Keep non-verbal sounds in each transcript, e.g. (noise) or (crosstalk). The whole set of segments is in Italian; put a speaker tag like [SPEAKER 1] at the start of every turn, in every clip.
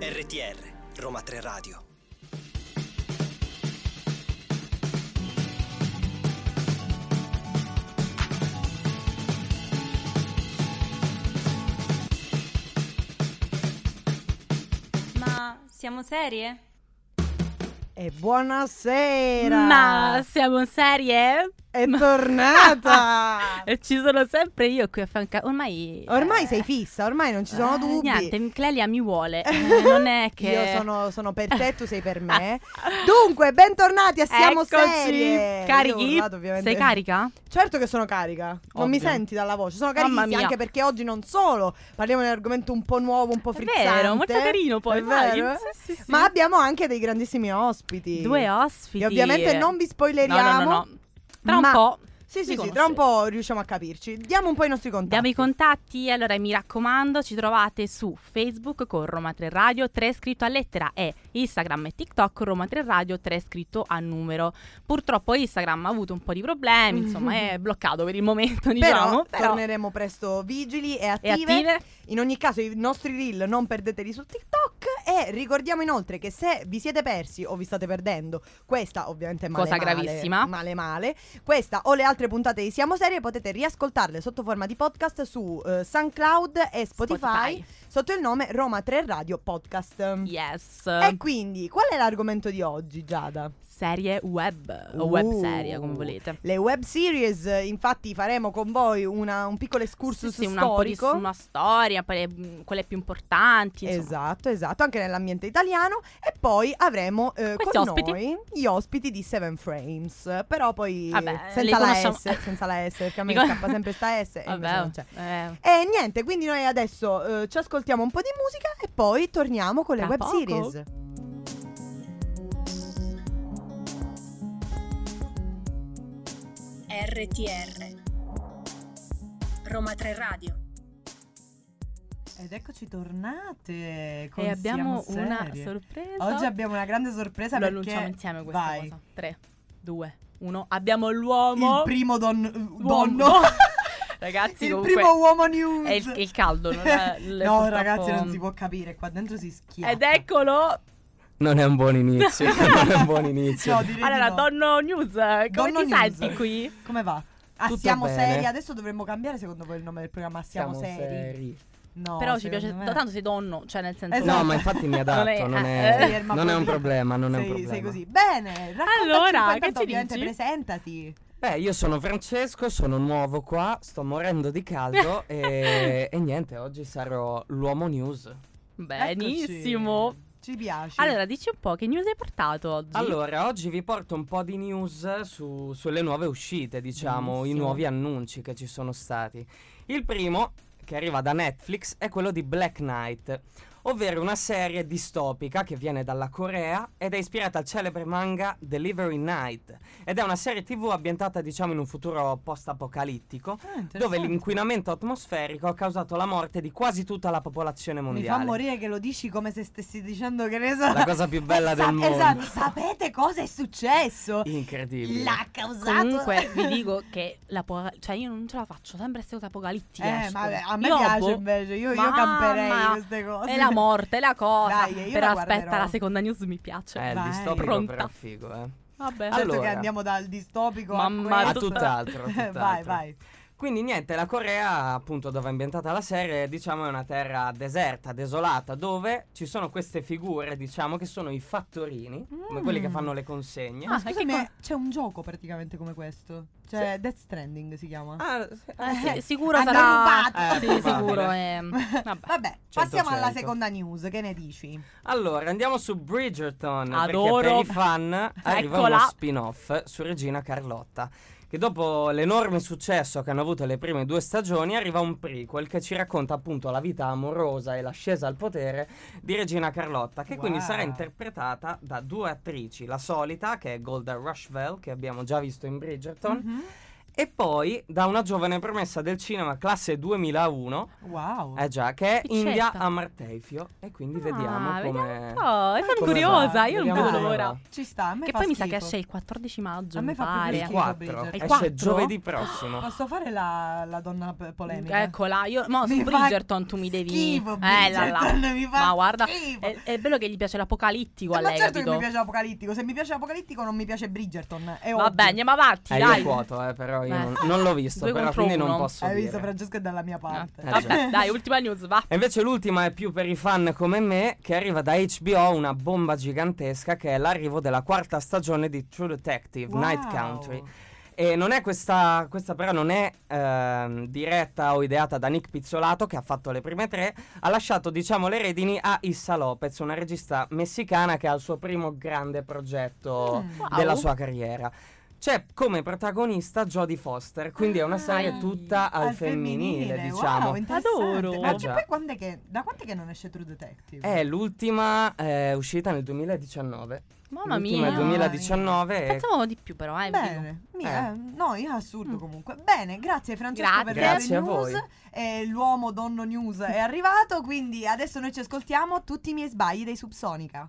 [SPEAKER 1] RTR, Roma 3 Radio.
[SPEAKER 2] Ma siamo serie?
[SPEAKER 3] E buonasera!
[SPEAKER 2] Ma siamo serie?
[SPEAKER 3] È
[SPEAKER 2] (laughs)
[SPEAKER 3] tornata!
[SPEAKER 2] E Ci sono sempre io qui a fianco. Ormai.
[SPEAKER 3] Ormai sei fissa, ormai non ci sono
[SPEAKER 2] Eh,
[SPEAKER 3] dubbi. (laughs)
[SPEAKER 2] Niente, Clelia mi vuole. Eh, non è che.
[SPEAKER 3] Io sono, sono per te, tu sei per
[SPEAKER 2] (laughs)
[SPEAKER 3] me. Dunque, bentornati a Siamo
[SPEAKER 2] Eccoci.
[SPEAKER 3] Serie. Io ho
[SPEAKER 2] Carichi?
[SPEAKER 3] urlato, ovviamente.
[SPEAKER 2] Sei carica?
[SPEAKER 3] Certo che sono carica. Non mi
[SPEAKER 2] Ovvio.
[SPEAKER 3] senti dalla voce. Sono
[SPEAKER 2] Mamma
[SPEAKER 3] carichissima
[SPEAKER 2] mia.
[SPEAKER 3] anche perché oggi non solo parliamo di un argomento un po' nuovo, un po'
[SPEAKER 2] È
[SPEAKER 3] frizzante.
[SPEAKER 2] vero, molto carino poi.
[SPEAKER 3] È
[SPEAKER 2] vai.
[SPEAKER 3] vero, eh?
[SPEAKER 2] Sì, sì, sì.
[SPEAKER 3] Ma abbiamo anche dei grandissimi ospiti.
[SPEAKER 2] Due ospiti.
[SPEAKER 3] E ovviamente non vi
[SPEAKER 2] No, no,
[SPEAKER 3] spoileriamo.
[SPEAKER 2] no, no. Tra un
[SPEAKER 3] ma-
[SPEAKER 2] po'.
[SPEAKER 3] Sì, sì,
[SPEAKER 2] Vi
[SPEAKER 3] sì, tra un
[SPEAKER 2] conoscete.
[SPEAKER 3] po' riusciamo a capirci. Diamo un po' i nostri contatti.
[SPEAKER 2] Diamo i contatti, allora mi raccomando, ci trovate su Facebook con Roma 3 Radio 3 scritto a lettera e Instagram e TikTok Roma 3 Radio 3 scritto a numero. Purtroppo Instagram ha avuto un po' di problemi, insomma
[SPEAKER 3] (laughs)
[SPEAKER 2] è bloccato per il momento, diciamo,
[SPEAKER 3] però, torneremo presto vigili e
[SPEAKER 2] è
[SPEAKER 3] attive.
[SPEAKER 2] attive.
[SPEAKER 3] In ogni caso, i nostri reel non perdeteli su TikTok. E ricordiamo inoltre che se vi siete persi o vi state perdendo, questa ovviamente è male,
[SPEAKER 2] Cosa
[SPEAKER 3] male,
[SPEAKER 2] gravissima.
[SPEAKER 3] Male male. Questa o le altre puntate di Siamo Serie potete riascoltarle sotto forma di podcast su eh, SoundCloud e Spotify, sotto il nome Roma 3 Radio Podcast.
[SPEAKER 2] Yes.
[SPEAKER 3] E quindi, qual è l'argomento di oggi, Giada?
[SPEAKER 2] Serie web o
[SPEAKER 3] Uh.
[SPEAKER 2] web serie, come volete.
[SPEAKER 3] Le web series, eh, infatti, faremo con voi una- un piccolo excursus
[SPEAKER 2] Sì, sì, una, un po' di-
[SPEAKER 3] storico.
[SPEAKER 2] una storia, poi le- mh, quelle più importanti, insomma.
[SPEAKER 3] Esatto, esatto, anche nell'ambiente italiano. E poi avremo eh,
[SPEAKER 2] Questi
[SPEAKER 3] con
[SPEAKER 2] ospiti?
[SPEAKER 3] noi gli ospiti di Seven Frames. Però poi
[SPEAKER 2] Vabbè, li
[SPEAKER 3] senza la
[SPEAKER 2] conosciamo.
[SPEAKER 3] S, senza la S,
[SPEAKER 2] (laughs)
[SPEAKER 3] perché a me
[SPEAKER 2] Li con-
[SPEAKER 3] scappa sempre sta S. e invece
[SPEAKER 2] (laughs) Vabbè,
[SPEAKER 3] non c'è.
[SPEAKER 2] eh.
[SPEAKER 3] E niente, quindi noi adesso eh, ci ascoltiamo un po' di musica e poi torniamo con le
[SPEAKER 2] Tra
[SPEAKER 3] web
[SPEAKER 2] poco.
[SPEAKER 3] series.
[SPEAKER 4] RTR Roma 3 Radio
[SPEAKER 5] Ed eccoci tornate con
[SPEAKER 2] E abbiamo
[SPEAKER 5] Siamo
[SPEAKER 2] una
[SPEAKER 5] Serie.
[SPEAKER 2] sorpresa.
[SPEAKER 5] Oggi abbiamo una grande sorpresa
[SPEAKER 2] Lo
[SPEAKER 5] perché
[SPEAKER 2] annunciamo insieme questa
[SPEAKER 5] vai,
[SPEAKER 2] cosa. 3, 2, 1. Abbiamo
[SPEAKER 5] Il
[SPEAKER 2] l'uomo.
[SPEAKER 5] primo don,
[SPEAKER 2] Uomo.
[SPEAKER 5] (laughs) donno.
[SPEAKER 2] (laughs) Ragazzi,
[SPEAKER 5] il
[SPEAKER 2] comunque,
[SPEAKER 5] primo uomo news.
[SPEAKER 2] È il, il caldo, non
[SPEAKER 5] (laughs)
[SPEAKER 2] è il-
[SPEAKER 5] no,
[SPEAKER 2] purtroppo-
[SPEAKER 5] ragazzi, non si può capire, qua dentro si schiaccia.
[SPEAKER 2] Ed ecco, eccolo.
[SPEAKER 6] Non è un buon inizio. non è un buon
[SPEAKER 5] No,
[SPEAKER 6] inizio.
[SPEAKER 5] direi di
[SPEAKER 2] Allora,
[SPEAKER 5] no.
[SPEAKER 2] Donno News, come
[SPEAKER 5] Donno
[SPEAKER 2] ti
[SPEAKER 5] News.
[SPEAKER 2] senti qui?
[SPEAKER 5] Come va? Ah,
[SPEAKER 6] Tutto
[SPEAKER 5] siamo
[SPEAKER 6] bene.
[SPEAKER 5] seri, adesso dovremmo cambiare secondo voi il nome del programma, siamo, seri. No,
[SPEAKER 2] Però ci piace
[SPEAKER 5] secondo me-
[SPEAKER 2] tanto sei donno, cioè nel senso
[SPEAKER 5] Esatto. ah,
[SPEAKER 6] No, ma infatti
[SPEAKER 5] (laughs)
[SPEAKER 2] Non
[SPEAKER 6] mi
[SPEAKER 2] è-
[SPEAKER 6] adatto. Non
[SPEAKER 2] eh,
[SPEAKER 5] Sei
[SPEAKER 6] è,
[SPEAKER 5] erma
[SPEAKER 6] non è un
[SPEAKER 5] pulita.
[SPEAKER 6] problema. Non è un
[SPEAKER 5] Sei-
[SPEAKER 6] problema.
[SPEAKER 5] Sei così. Bene, raccontaci
[SPEAKER 2] Allora,
[SPEAKER 5] un po'
[SPEAKER 2] che
[SPEAKER 5] intanto,
[SPEAKER 2] ci
[SPEAKER 5] ovviamente
[SPEAKER 2] dici?
[SPEAKER 5] presentati.
[SPEAKER 6] Beh, io sono Francesco, sono nuovo qua, sto morendo di
[SPEAKER 5] (laughs)
[SPEAKER 6] caldo e, e niente, oggi sarò l'uomo news.
[SPEAKER 2] benissimo.
[SPEAKER 5] Eccoci. Ci piace.
[SPEAKER 2] Allora, dici un po' che news hai portato oggi?
[SPEAKER 6] Allora, oggi vi porto un po' di news su- sulle nuove uscite, diciamo,
[SPEAKER 2] Benissimo.
[SPEAKER 6] i nuovi annunci che ci sono stati. Il primo, che arriva da Netflix, è quello di Black Knight, ovvero una serie distopica che viene dalla Corea ed è ispirata al celebre manga Delivery Night. Ed è una serie TV ambientata, diciamo, in un futuro post-apocalittico,
[SPEAKER 5] Ah, interessante.
[SPEAKER 6] dove l'inquinamento atmosferico ha causato la morte di quasi tutta la popolazione
[SPEAKER 5] Mi fa
[SPEAKER 6] mondiale.
[SPEAKER 5] morire che lo dici come se stessi dicendo che ne so.
[SPEAKER 6] La cosa più bella del
[SPEAKER 5] Sa-
[SPEAKER 6] mondo.
[SPEAKER 5] Esatto, sapete cosa è successo?
[SPEAKER 6] Incredibile.
[SPEAKER 5] L'ha causato.
[SPEAKER 7] Esatto.
[SPEAKER 5] (laughs)
[SPEAKER 2] Comunque
[SPEAKER 7] (laughs)
[SPEAKER 2] vi dico che la po- cioè io non ce la faccio, sempre queste cose apocalittiche.
[SPEAKER 5] Eh,
[SPEAKER 2] escono.
[SPEAKER 5] ma vabbè, a me
[SPEAKER 2] Io,
[SPEAKER 5] piace
[SPEAKER 2] boh,
[SPEAKER 5] invece, io, io
[SPEAKER 2] mamma,
[SPEAKER 5] camperei queste cose.
[SPEAKER 2] È la morte, è la cosa.
[SPEAKER 5] Dai, io
[SPEAKER 2] Però
[SPEAKER 5] la
[SPEAKER 2] aspetta,
[SPEAKER 5] guarderò.
[SPEAKER 2] la seconda news mi piace. Cioè,
[SPEAKER 6] Eh, il
[SPEAKER 5] Vai.
[SPEAKER 6] distopico
[SPEAKER 2] Pronta.
[SPEAKER 6] però è figo, eh.
[SPEAKER 2] Vabbè.
[SPEAKER 5] Certo che
[SPEAKER 6] Allora.
[SPEAKER 5] andiamo dal distopico
[SPEAKER 2] Mamma,
[SPEAKER 5] a
[SPEAKER 2] tut-
[SPEAKER 6] A
[SPEAKER 5] questo.
[SPEAKER 6] tutt'altro,
[SPEAKER 5] (laughs)
[SPEAKER 6] tutt'altro.
[SPEAKER 5] vai, vai.
[SPEAKER 6] Quindi niente, la Corea, appunto dove è ambientata la serie, diciamo è una terra deserta, desolata, dove ci sono queste figure, diciamo, che sono i fattorini, come quelli che
[SPEAKER 5] Mm.
[SPEAKER 6] fanno le consegne.
[SPEAKER 5] Ma
[SPEAKER 2] Ah, che
[SPEAKER 5] scusami,
[SPEAKER 2] co-
[SPEAKER 5] c'è un gioco praticamente come questo. Cioè Death Stranding si chiama. (laughs)
[SPEAKER 6] Ah, sì, ah, sì.
[SPEAKER 2] Eh, sì, sicuro
[SPEAKER 5] Hanno
[SPEAKER 2] sarà
[SPEAKER 5] rubato.
[SPEAKER 6] Eh,
[SPEAKER 2] Sì,
[SPEAKER 6] probabile.
[SPEAKER 2] sicuro è... mm,
[SPEAKER 7] (laughs)
[SPEAKER 2] Vabbè.
[SPEAKER 5] Vabbè, passiamo alla
[SPEAKER 6] 100%.
[SPEAKER 5] seconda news, che ne dici?
[SPEAKER 6] Allora, andiamo su Bridgerton, perché
[SPEAKER 2] Adoro.
[SPEAKER 6] per
[SPEAKER 2] (laughs)
[SPEAKER 6] i fan arriva
[SPEAKER 2] Eccola.
[SPEAKER 6] uno spin-off su Regina Carlotta, che dopo l'enorme successo che hanno avuto le prime due stagioni arriva un prequel che ci racconta appunto la vita amorosa e l'ascesa al potere di Regina Carlotta, che quindi
[SPEAKER 5] Wow.
[SPEAKER 6] sarà interpretata da due attrici, la solita che è Golda Rushville, che abbiamo già visto in Bridgerton,
[SPEAKER 5] Mhm.
[SPEAKER 6] E poi da una giovane promessa del cinema classe 2001,
[SPEAKER 7] Wow.
[SPEAKER 6] eh già, che è
[SPEAKER 2] Piccetta.
[SPEAKER 6] India Amartefio. E quindi
[SPEAKER 2] Ah,
[SPEAKER 6] vediamo
[SPEAKER 2] vediamo
[SPEAKER 6] come...
[SPEAKER 2] un po'. E sono
[SPEAKER 6] come
[SPEAKER 2] curiosa,
[SPEAKER 6] va.
[SPEAKER 2] io non
[SPEAKER 6] Vediamo
[SPEAKER 2] vedo
[SPEAKER 6] come
[SPEAKER 2] l'ora.
[SPEAKER 6] va.
[SPEAKER 7] Ci sta, a me
[SPEAKER 2] Che
[SPEAKER 7] fa
[SPEAKER 2] poi mi sa che
[SPEAKER 7] schifo.
[SPEAKER 2] esce il 14 maggio,
[SPEAKER 7] A me
[SPEAKER 2] mi
[SPEAKER 7] fa proprio
[SPEAKER 2] pare.
[SPEAKER 7] schifo. Bridget.
[SPEAKER 6] 4.
[SPEAKER 7] È
[SPEAKER 6] Esce
[SPEAKER 2] quattro?
[SPEAKER 6] giovedì prossimo.
[SPEAKER 7] Posso fare la, la donna p- polemica?
[SPEAKER 2] Eccola, io mo Ecco, su
[SPEAKER 7] Mi fa
[SPEAKER 2] Bridgerton tu mi devi
[SPEAKER 7] schifo,
[SPEAKER 2] Eh là là.
[SPEAKER 7] Bridgerton, mi fa
[SPEAKER 2] Ma guarda,
[SPEAKER 7] schifo.
[SPEAKER 2] è, è bello che gli piace l'apocalittico
[SPEAKER 7] Eh,
[SPEAKER 2] a
[SPEAKER 7] ma
[SPEAKER 2] lei,
[SPEAKER 7] certo che mi
[SPEAKER 2] capito?
[SPEAKER 7] piace l'apocalittico. Se mi piace l'apocalittico, non mi piace Bridgerton. È
[SPEAKER 2] Vabbè,
[SPEAKER 7] ovvio.
[SPEAKER 2] andiamo avanti,
[SPEAKER 6] Eh,
[SPEAKER 2] dai.
[SPEAKER 6] io quoto, eh, però io
[SPEAKER 2] Beh.
[SPEAKER 6] non, non l'ho visto,
[SPEAKER 2] Due
[SPEAKER 6] però
[SPEAKER 2] contro
[SPEAKER 6] quindi
[SPEAKER 2] uno.
[SPEAKER 6] non posso
[SPEAKER 7] Hai visto,
[SPEAKER 6] dire.
[SPEAKER 7] Francesco è dalla mia
[SPEAKER 2] Ah,
[SPEAKER 6] Eh,
[SPEAKER 7] parte.
[SPEAKER 2] Vabbè, dai, ultima news, va.
[SPEAKER 6] E invece l'ultima è più per i fan come me, che arriva da HBO una bomba gigantesca che è l'arrivo della quarta stagione di True Detective,
[SPEAKER 7] (laughs) Wow.
[SPEAKER 6] Night Country. E non è questa, questa però non è ehm, diretta o ideata da Nick Pizzolato che ha fatto le prime tre, ha lasciato diciamo le redini a Issa Lopez, una regista messicana che ha il suo primo grande progetto
[SPEAKER 7] Mm.
[SPEAKER 2] Wow.
[SPEAKER 6] della sua carriera. C'è come protagonista Jodie Foster, quindi è una serie
[SPEAKER 2] Ah.
[SPEAKER 6] tutta al, femminile, diciamo.
[SPEAKER 7] Wow, interessante.
[SPEAKER 2] Adoro.
[SPEAKER 7] Ma
[SPEAKER 6] Eh,
[SPEAKER 7] che
[SPEAKER 6] già.
[SPEAKER 7] poi quando è che, da quando è che non esce True Detective?
[SPEAKER 6] È l'ultima eh, uscita nel 2019.
[SPEAKER 2] Mamma
[SPEAKER 6] l'ultima
[SPEAKER 2] mia.
[SPEAKER 6] è 2019. e-
[SPEAKER 2] Pensavo di più però, eh. dico.
[SPEAKER 7] Bene, mi-
[SPEAKER 6] Eh.
[SPEAKER 7] eh, no, io assurdo
[SPEAKER 2] Mm.
[SPEAKER 7] comunque. Bene, grazie Francesco per
[SPEAKER 2] Grazie.
[SPEAKER 6] Grazie
[SPEAKER 7] le
[SPEAKER 6] a
[SPEAKER 7] news.
[SPEAKER 6] voi.
[SPEAKER 7] Eh, l'uomo donno news è arrivato, quindi adesso noi ci ascoltiamo tutti i miei sbagli dei Subsonica.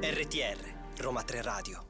[SPEAKER 1] RTR Roma 3 Radio.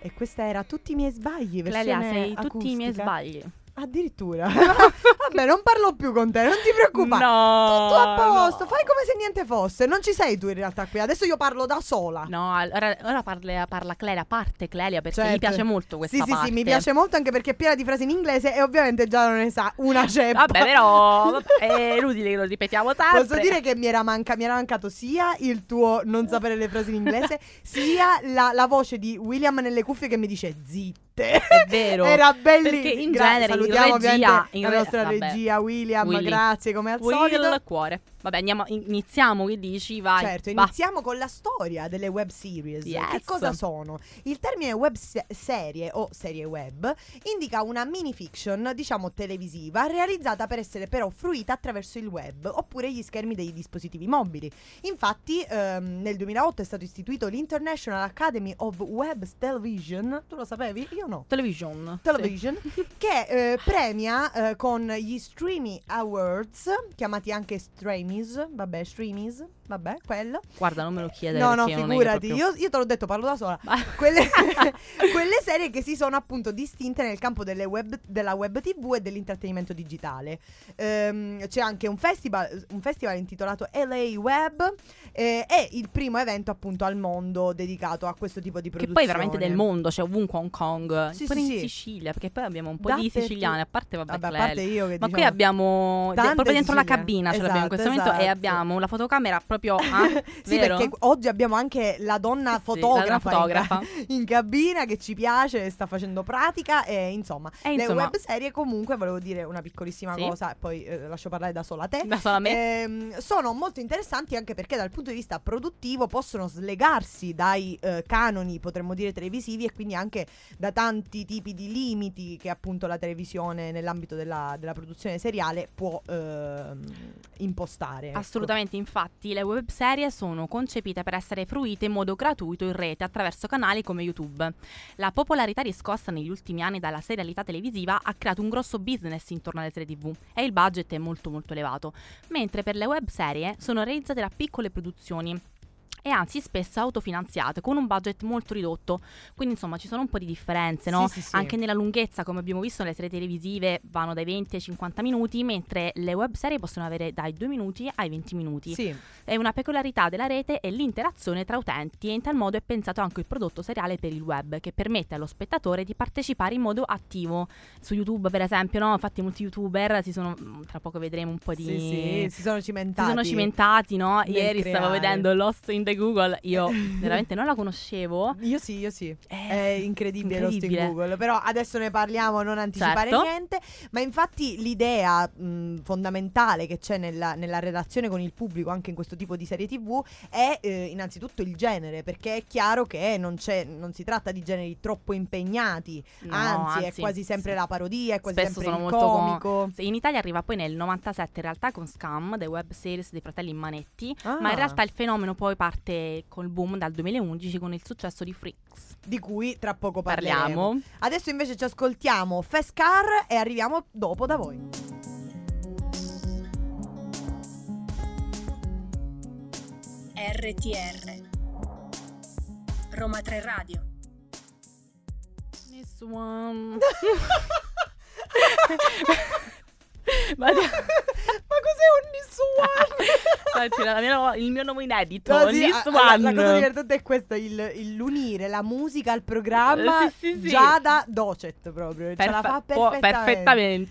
[SPEAKER 5] E questa era Tutti i miei sbagli.
[SPEAKER 2] Clelia,
[SPEAKER 5] versione
[SPEAKER 2] sei tutti i miei
[SPEAKER 5] acustica.
[SPEAKER 2] sbagli. (laughs)
[SPEAKER 5] Addirittura. Vabbè, non parlo più con te, non ti preoccupare.
[SPEAKER 2] No.
[SPEAKER 5] Tutto a posto,
[SPEAKER 2] no.
[SPEAKER 5] fai come se niente fosse. Non ci sei tu in realtà qui. Adesso io parlo da sola.
[SPEAKER 2] No, allora, ora parla, parla Clelia, parte Clelia perché
[SPEAKER 5] Certo.
[SPEAKER 2] mi piace molto questa
[SPEAKER 5] sì,
[SPEAKER 2] parte.
[SPEAKER 5] Sì, sì, mi piace molto anche perché è piena di frasi in inglese e ovviamente già non ne sa una ceppa.
[SPEAKER 2] Vabbè,
[SPEAKER 5] (laughs)
[SPEAKER 2] però vabbè, eh, è inutile che lo ripetiamo sempre.
[SPEAKER 5] Posso dire che mi era, manca- mi era mancato sia il tuo non sapere le frasi in
[SPEAKER 2] (laughs)
[SPEAKER 5] inglese, sia la, la voce di William nelle cuffie che mi dice zitte.
[SPEAKER 2] È vero.
[SPEAKER 5] (laughs) Era bellissimo.
[SPEAKER 2] Perché in
[SPEAKER 5] Gra-
[SPEAKER 2] genere in regia-
[SPEAKER 5] salutiamo ovviamente
[SPEAKER 2] in
[SPEAKER 5] la
[SPEAKER 2] re-
[SPEAKER 5] nostra
[SPEAKER 2] vabbè.
[SPEAKER 5] regia William,
[SPEAKER 2] Willy.
[SPEAKER 5] grazie come al
[SPEAKER 2] Will
[SPEAKER 5] solito.
[SPEAKER 2] cuore. Vabbè, andiamo, in- iniziamo che dici, vai.
[SPEAKER 5] Certo,
[SPEAKER 2] va.
[SPEAKER 5] iniziamo con la storia delle web series.
[SPEAKER 2] Yes.
[SPEAKER 5] Che cosa sono? Il termine web se- serie o serie web indica una mini fiction, diciamo televisiva, realizzata per essere però fruita attraverso il web oppure gli schermi dei dispositivi mobili. Infatti, ehm, nel 2008 è stato istituito l'International Academy of Web Television. Tu lo sapevi? Io no.
[SPEAKER 2] Television.
[SPEAKER 5] Television che eh, premia eh, con gli Streamy Awards, chiamati anche Streamies, vabbè, Streamies, vabbè, quello.
[SPEAKER 2] Sì. Guarda, non me lo chiedere
[SPEAKER 5] No, no,
[SPEAKER 2] perché non è che
[SPEAKER 5] figurati,
[SPEAKER 2] (laughs) proprio-
[SPEAKER 5] io, io te l'ho detto, parlo da sola.
[SPEAKER 2] Ma- (laughs)
[SPEAKER 5] Quelle, quelle serie che si sono appunto distinte nel campo delle web- della web tv e dell'intrattenimento digitale. Ehm, c'è anche un festival, un festival intitolato LA Web eh, è il primo evento appunto al mondo dedicato a questo tipo di
[SPEAKER 2] Che
[SPEAKER 5] produzione.
[SPEAKER 2] poi veramente del mondo, cioè ovunque a Hong Kong,
[SPEAKER 5] Sì,
[SPEAKER 2] pure
[SPEAKER 5] sì,
[SPEAKER 2] in
[SPEAKER 5] sì.
[SPEAKER 2] Sicilia, perché poi abbiamo un po' di
[SPEAKER 5] Dappertutto.
[SPEAKER 2] siciliani, a parte vabbè,
[SPEAKER 5] Vabbè, a
[SPEAKER 2] Clel.
[SPEAKER 5] parte io che
[SPEAKER 2] Ma
[SPEAKER 5] diciamo-
[SPEAKER 2] qui abbiamo de-
[SPEAKER 5] Tante
[SPEAKER 2] proprio dentro la
[SPEAKER 5] siciliane.
[SPEAKER 2] cabina, ce l'abbiamo in
[SPEAKER 5] Esatto,
[SPEAKER 2] questo momento e
[SPEAKER 5] esatto.
[SPEAKER 2] abbiamo la fotocamera proprio a
[SPEAKER 5] (laughs) Sì,
[SPEAKER 2] vero?
[SPEAKER 5] perché oggi abbiamo anche la donna
[SPEAKER 2] Sì,
[SPEAKER 5] fotografa,
[SPEAKER 2] la
[SPEAKER 5] in
[SPEAKER 2] fotografa.
[SPEAKER 5] ca- In, cabina che ci piace, sta facendo pratica e insomma,
[SPEAKER 2] E
[SPEAKER 5] le
[SPEAKER 2] insomma,
[SPEAKER 5] web serie comunque volevo dire una piccolissima
[SPEAKER 2] Sì.
[SPEAKER 5] cosa e poi eh, lascio parlare da sola a te.
[SPEAKER 2] da sola a me.
[SPEAKER 5] Ehm, sono molto interessanti anche perché dal punto di vista produttivo possono slegarsi dai eh, canoni, potremmo dire, televisivi e quindi anche da tanti tipi di limiti che appunto la televisione nell'ambito della, della produzione seriale può ehm, impostare. ecco.
[SPEAKER 2] Assolutamente, infatti, le webserie sono concepite per essere fruite in modo gratuito in rete attraverso canali come YouTube. La popolarità riscossa negli ultimi anni dalla serialità televisiva ha creato un grosso business intorno alle serie TV e il budget è molto molto elevato, mentre per le webserie sono realizzate da piccole produzioni. E anzi spesso autofinanziate con un budget molto ridotto. Quindi insomma ci sono un po' di differenze, no?
[SPEAKER 5] Sì, sì, sì.
[SPEAKER 2] Anche nella lunghezza, come abbiamo visto, le serie televisive vanno dai 20 ai 50 minuti, mentre le web serie possono avere dai 2 minuti ai 20 minuti.
[SPEAKER 5] Sì.
[SPEAKER 2] E una peculiarità della rete è l'interazione tra utenti e in tal modo è pensato anche il prodotto seriale per il web, che permette allo spettatore di partecipare in modo attivo. Su YouTube, per esempio, no? Infatti molti youtuber si sono. mm, tra poco vedremo un po' di.
[SPEAKER 5] Sì, sì, si sono
[SPEAKER 2] Si
[SPEAKER 5] cimentati.
[SPEAKER 2] sono cimentati, no?
[SPEAKER 5] nel
[SPEAKER 2] Ieri stavo
[SPEAKER 5] creare.
[SPEAKER 2] vedendo Lost in the Stingore Google,
[SPEAKER 5] (laughs)
[SPEAKER 2] io veramente non la conoscevo.
[SPEAKER 5] Io sì, io sì.
[SPEAKER 2] Eh,
[SPEAKER 5] È incredibile, lo sting
[SPEAKER 2] incredibile.
[SPEAKER 5] Google, però adesso ne parliamo, non anticipare
[SPEAKER 2] Certo.
[SPEAKER 5] niente, ma infatti l'idea mh, fondamentale che c'è nella, nella relazione con il pubblico anche in questo tipo di serie tv è eh, innanzitutto il genere, perché è chiaro che non, c'è, non si tratta di generi troppo impegnati,
[SPEAKER 2] No,
[SPEAKER 5] anzi, è quasi sempre
[SPEAKER 2] sì.
[SPEAKER 5] la parodia, è quasi
[SPEAKER 2] Spesso
[SPEAKER 5] sempre
[SPEAKER 2] sono
[SPEAKER 5] il
[SPEAKER 2] molto con-
[SPEAKER 5] comico.
[SPEAKER 2] Sì, In Italia arriva poi nel 97 in realtà con Scam, dei web series dei fratelli Manetti,
[SPEAKER 5] Ah.
[SPEAKER 2] ma in realtà il fenomeno poi parte col boom dal 2011 con il successo di Freaks.
[SPEAKER 5] di cui tra poco parleremo.
[SPEAKER 2] Parliamo.
[SPEAKER 5] Adesso invece ci ascoltiamo Fast Car e arriviamo dopo
[SPEAKER 2] (laughs)
[SPEAKER 5] da voi. (laughs)
[SPEAKER 8] RTR Roma 3 Radio
[SPEAKER 2] Miss (laughs) One. Ma di-
[SPEAKER 5] Ma cos'è un Nissan?
[SPEAKER 2] (laughs) Senti,
[SPEAKER 5] (laughs)
[SPEAKER 2] la mia nuova- il mio nome inedito,
[SPEAKER 5] No, sì,
[SPEAKER 2] Miss
[SPEAKER 5] a-
[SPEAKER 2] One.
[SPEAKER 5] a- La, la cosa divertente è questa, il, il- l'unire la musica al programma
[SPEAKER 2] Eh, sì, sì, sì.
[SPEAKER 5] già da docet proprio, ce
[SPEAKER 2] Perfe-
[SPEAKER 5] la fa
[SPEAKER 2] può-
[SPEAKER 5] perfettamente.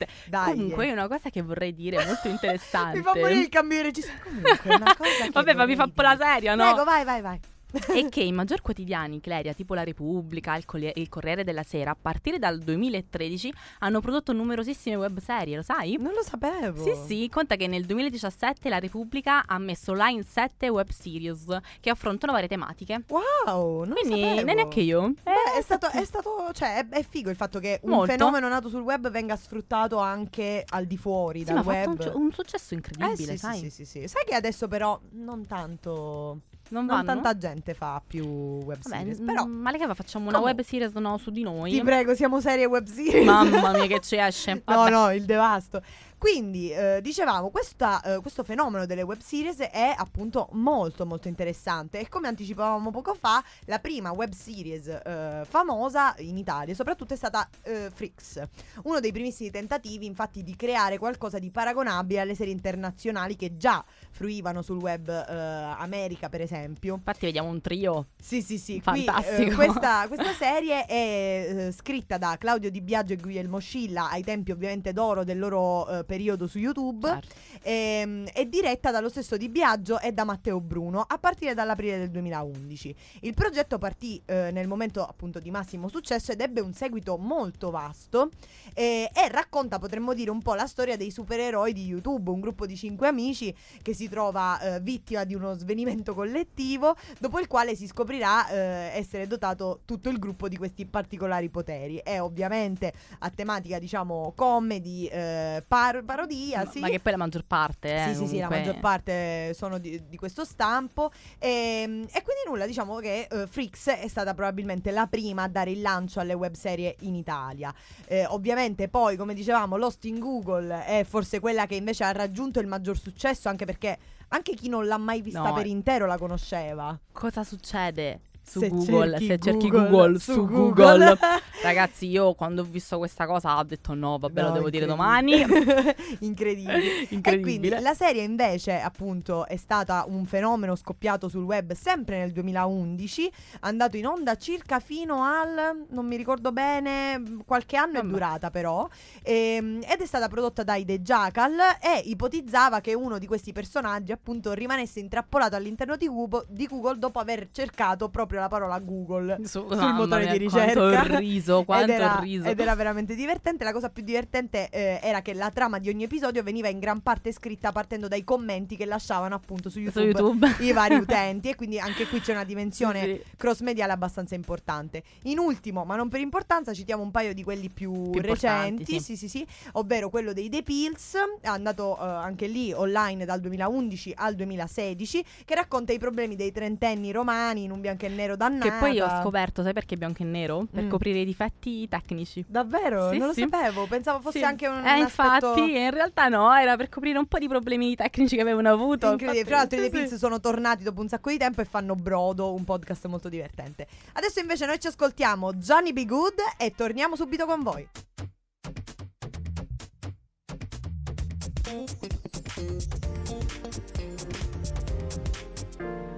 [SPEAKER 2] perfettamente.
[SPEAKER 5] Dai.
[SPEAKER 2] Comunque, è una cosa che vorrei dire
[SPEAKER 5] (laughs)
[SPEAKER 2] molto interessante.
[SPEAKER 5] Mi fa morire
[SPEAKER 2] (laughs)
[SPEAKER 5] il cambio di regista. Comunque, è una cosa che
[SPEAKER 2] Vabbè, ma mi fa
[SPEAKER 5] vorrei
[SPEAKER 2] un po' la
[SPEAKER 5] dire.
[SPEAKER 2] seria, no?
[SPEAKER 5] Prego, vai, vai, vai.
[SPEAKER 2] (laughs) E che i maggior quotidiani, Cleria, tipo La Repubblica, il, Colli- il Corriere della Sera, a partire dal 2013 hanno prodotto numerosissime webserie, lo sai?
[SPEAKER 5] Non lo sapevo.
[SPEAKER 2] Sì, sì, conta che nel 2017 la Repubblica ha messo online 7 web series che affrontano varie tematiche.
[SPEAKER 5] Wow, non
[SPEAKER 2] Quindi
[SPEAKER 5] sapevo.
[SPEAKER 2] ne- neanche io.
[SPEAKER 5] Beh,
[SPEAKER 2] Eh,
[SPEAKER 5] è stato, è stato- cioè, è, è figo il fatto che un
[SPEAKER 2] Molto.
[SPEAKER 5] fenomeno nato sul web venga sfruttato anche al di fuori
[SPEAKER 2] sì, ma
[SPEAKER 5] dal
[SPEAKER 2] ha fatto un,
[SPEAKER 5] web.
[SPEAKER 2] su- un successo
[SPEAKER 5] Eh,
[SPEAKER 2] incredibile,
[SPEAKER 5] sì,
[SPEAKER 2] sai?
[SPEAKER 5] sì, sì, sì, sì. Sai che adesso però non tanto
[SPEAKER 2] Non
[SPEAKER 5] non
[SPEAKER 2] vanno?
[SPEAKER 5] tanta gente fa più web
[SPEAKER 2] Vabbè,
[SPEAKER 5] series,
[SPEAKER 2] mm,
[SPEAKER 5] però
[SPEAKER 2] male che va, facciamo una
[SPEAKER 5] Comunque.
[SPEAKER 2] web series no, su di noi.
[SPEAKER 5] ti prego, siamo serie web
[SPEAKER 2] (laughs)
[SPEAKER 5] series.
[SPEAKER 2] Mamma mia che ci esce.
[SPEAKER 5] No,
[SPEAKER 2] Vabbè.
[SPEAKER 5] no, il devasto. Quindi, eh, dicevamo, questa, eh, questo fenomeno delle web series è appunto molto, molto interessante. E come anticipavamo poco fa, la prima web series eh, famosa in Italia, soprattutto, è stata eh, Freaks. Uno dei primissimi tentativi, infatti, di creare qualcosa di paragonabile alle serie internazionali che già fruivano sul web eh, America, per esempio.
[SPEAKER 2] Infatti vediamo un trio.
[SPEAKER 5] Sì, sì, sì. Qui,
[SPEAKER 2] Fantastico.
[SPEAKER 5] eh, questa, questa serie è eh, scritta da Claudio Di Biagio e Guglielmo Scilla, ai tempi ovviamente d'oro del loro eh, periodo su YouTube,
[SPEAKER 2] Certo.
[SPEAKER 5] ehm, è diretta dallo stesso Di Biagio e da Matteo Bruno a partire dall'aprile del 2011. Il progetto partì eh, nel momento appunto di massimo successo ed ebbe un seguito molto vasto eh, e racconta, potremmo dire, un po' la storia dei supereroi di YouTube, un gruppo di cinque amici che si trova eh, vittima di uno svenimento collettivo dopo il quale si scoprirà eh, essere dotato tutto il gruppo di questi particolari poteri. È ovviamente a tematica, diciamo, comedy, eh, par- parodia,
[SPEAKER 2] Ma-
[SPEAKER 5] sì.
[SPEAKER 2] Ma che poi la maggior parte, eh,
[SPEAKER 5] Sì, sì, sì, la
[SPEAKER 2] comunque.
[SPEAKER 5] maggior parte sono di, di questo stampo. Ehm, E, quindi nulla, diciamo che eh, Freaks è stata probabilmente la prima a dare il lancio alle webserie in Italia. Eh, ovviamente poi, come dicevamo, Lost in Google è forse quella che invece ha raggiunto il maggior successo, anche perché anche chi non l'ha mai vista
[SPEAKER 2] No,
[SPEAKER 5] per
[SPEAKER 2] eh.
[SPEAKER 5] intero la conosceva.
[SPEAKER 2] Cosa succede su
[SPEAKER 5] Se
[SPEAKER 2] Google?
[SPEAKER 5] cerchi
[SPEAKER 2] se cerchi
[SPEAKER 5] Google
[SPEAKER 2] Google, su
[SPEAKER 5] Google. (laughs)
[SPEAKER 2] Google. Ragazzi, io quando ho visto questa cosa ho detto no, vabbè,
[SPEAKER 5] No,
[SPEAKER 2] lo devo dire domani.
[SPEAKER 5] incredibile. (laughs) incredibile. E quindi
[SPEAKER 2] Incredibile.
[SPEAKER 5] la serie invece appunto è stata un fenomeno scoppiato sul web sempre nel 2011, andato in onda circa fino al, non mi ricordo bene, qualche anno è
[SPEAKER 2] Vabbè.
[SPEAKER 5] durata però, Ehm, ed è stata prodotta dai The Jackal e ipotizzava che uno di questi personaggi appunto rimanesse intrappolato all'interno di, Google- di Google dopo aver cercato proprio la parola Google (laughs)
[SPEAKER 2] (laughs) Su-
[SPEAKER 5] sul
[SPEAKER 2] mamma
[SPEAKER 5] motore
[SPEAKER 2] mia,
[SPEAKER 5] di ricerca.
[SPEAKER 2] Quanto riso, quanto
[SPEAKER 5] ed era,
[SPEAKER 2] riso.
[SPEAKER 5] ed era veramente divertente. La cosa più divertente eh, era che la trama di ogni episodio veniva in gran parte scritta partendo dai commenti che lasciavano appunto su
[SPEAKER 2] su
[SPEAKER 5] YouTube.
[SPEAKER 2] YouTube. (laughs)
[SPEAKER 5] I vari utenti, e quindi anche qui c'è una dimensione
[SPEAKER 2] Sì, sì.
[SPEAKER 5] cross mediale abbastanza importante. In ultimo, ma non per importanza, citiamo un paio di quelli più,
[SPEAKER 2] importanti,
[SPEAKER 5] recenti, sì.
[SPEAKER 2] sì.
[SPEAKER 5] sì, sì, ovvero quello dei The Pills, è andato eh, anche lì online dal 2011 al 2016, che racconta i problemi dei trentenni romani in un bianco e nero dannato.
[SPEAKER 2] Che poi ho scoperto, sai perché bianco e nero? Per
[SPEAKER 5] Mm.
[SPEAKER 2] coprire i difetti tecnici.
[SPEAKER 5] Davvero?
[SPEAKER 2] Sì,
[SPEAKER 5] non lo
[SPEAKER 2] sì.
[SPEAKER 5] sapevo, pensavo fosse
[SPEAKER 2] Sì.
[SPEAKER 5] anche un,
[SPEAKER 2] Eh,
[SPEAKER 5] un aspetto
[SPEAKER 2] infatti, in realtà no, era per coprire un po' di problemi tecnici che avevano avuto.
[SPEAKER 5] Incredibile,
[SPEAKER 2] Infatti,
[SPEAKER 5] tra l'altro i
[SPEAKER 2] sì,
[SPEAKER 5] The
[SPEAKER 2] sì.
[SPEAKER 5] Pills sono tornati dopo un sacco di tempo e fanno Brodo, un podcast molto divertente. Adesso invece noi ci ascoltiamo Johnny Be Good e torniamo subito con voi.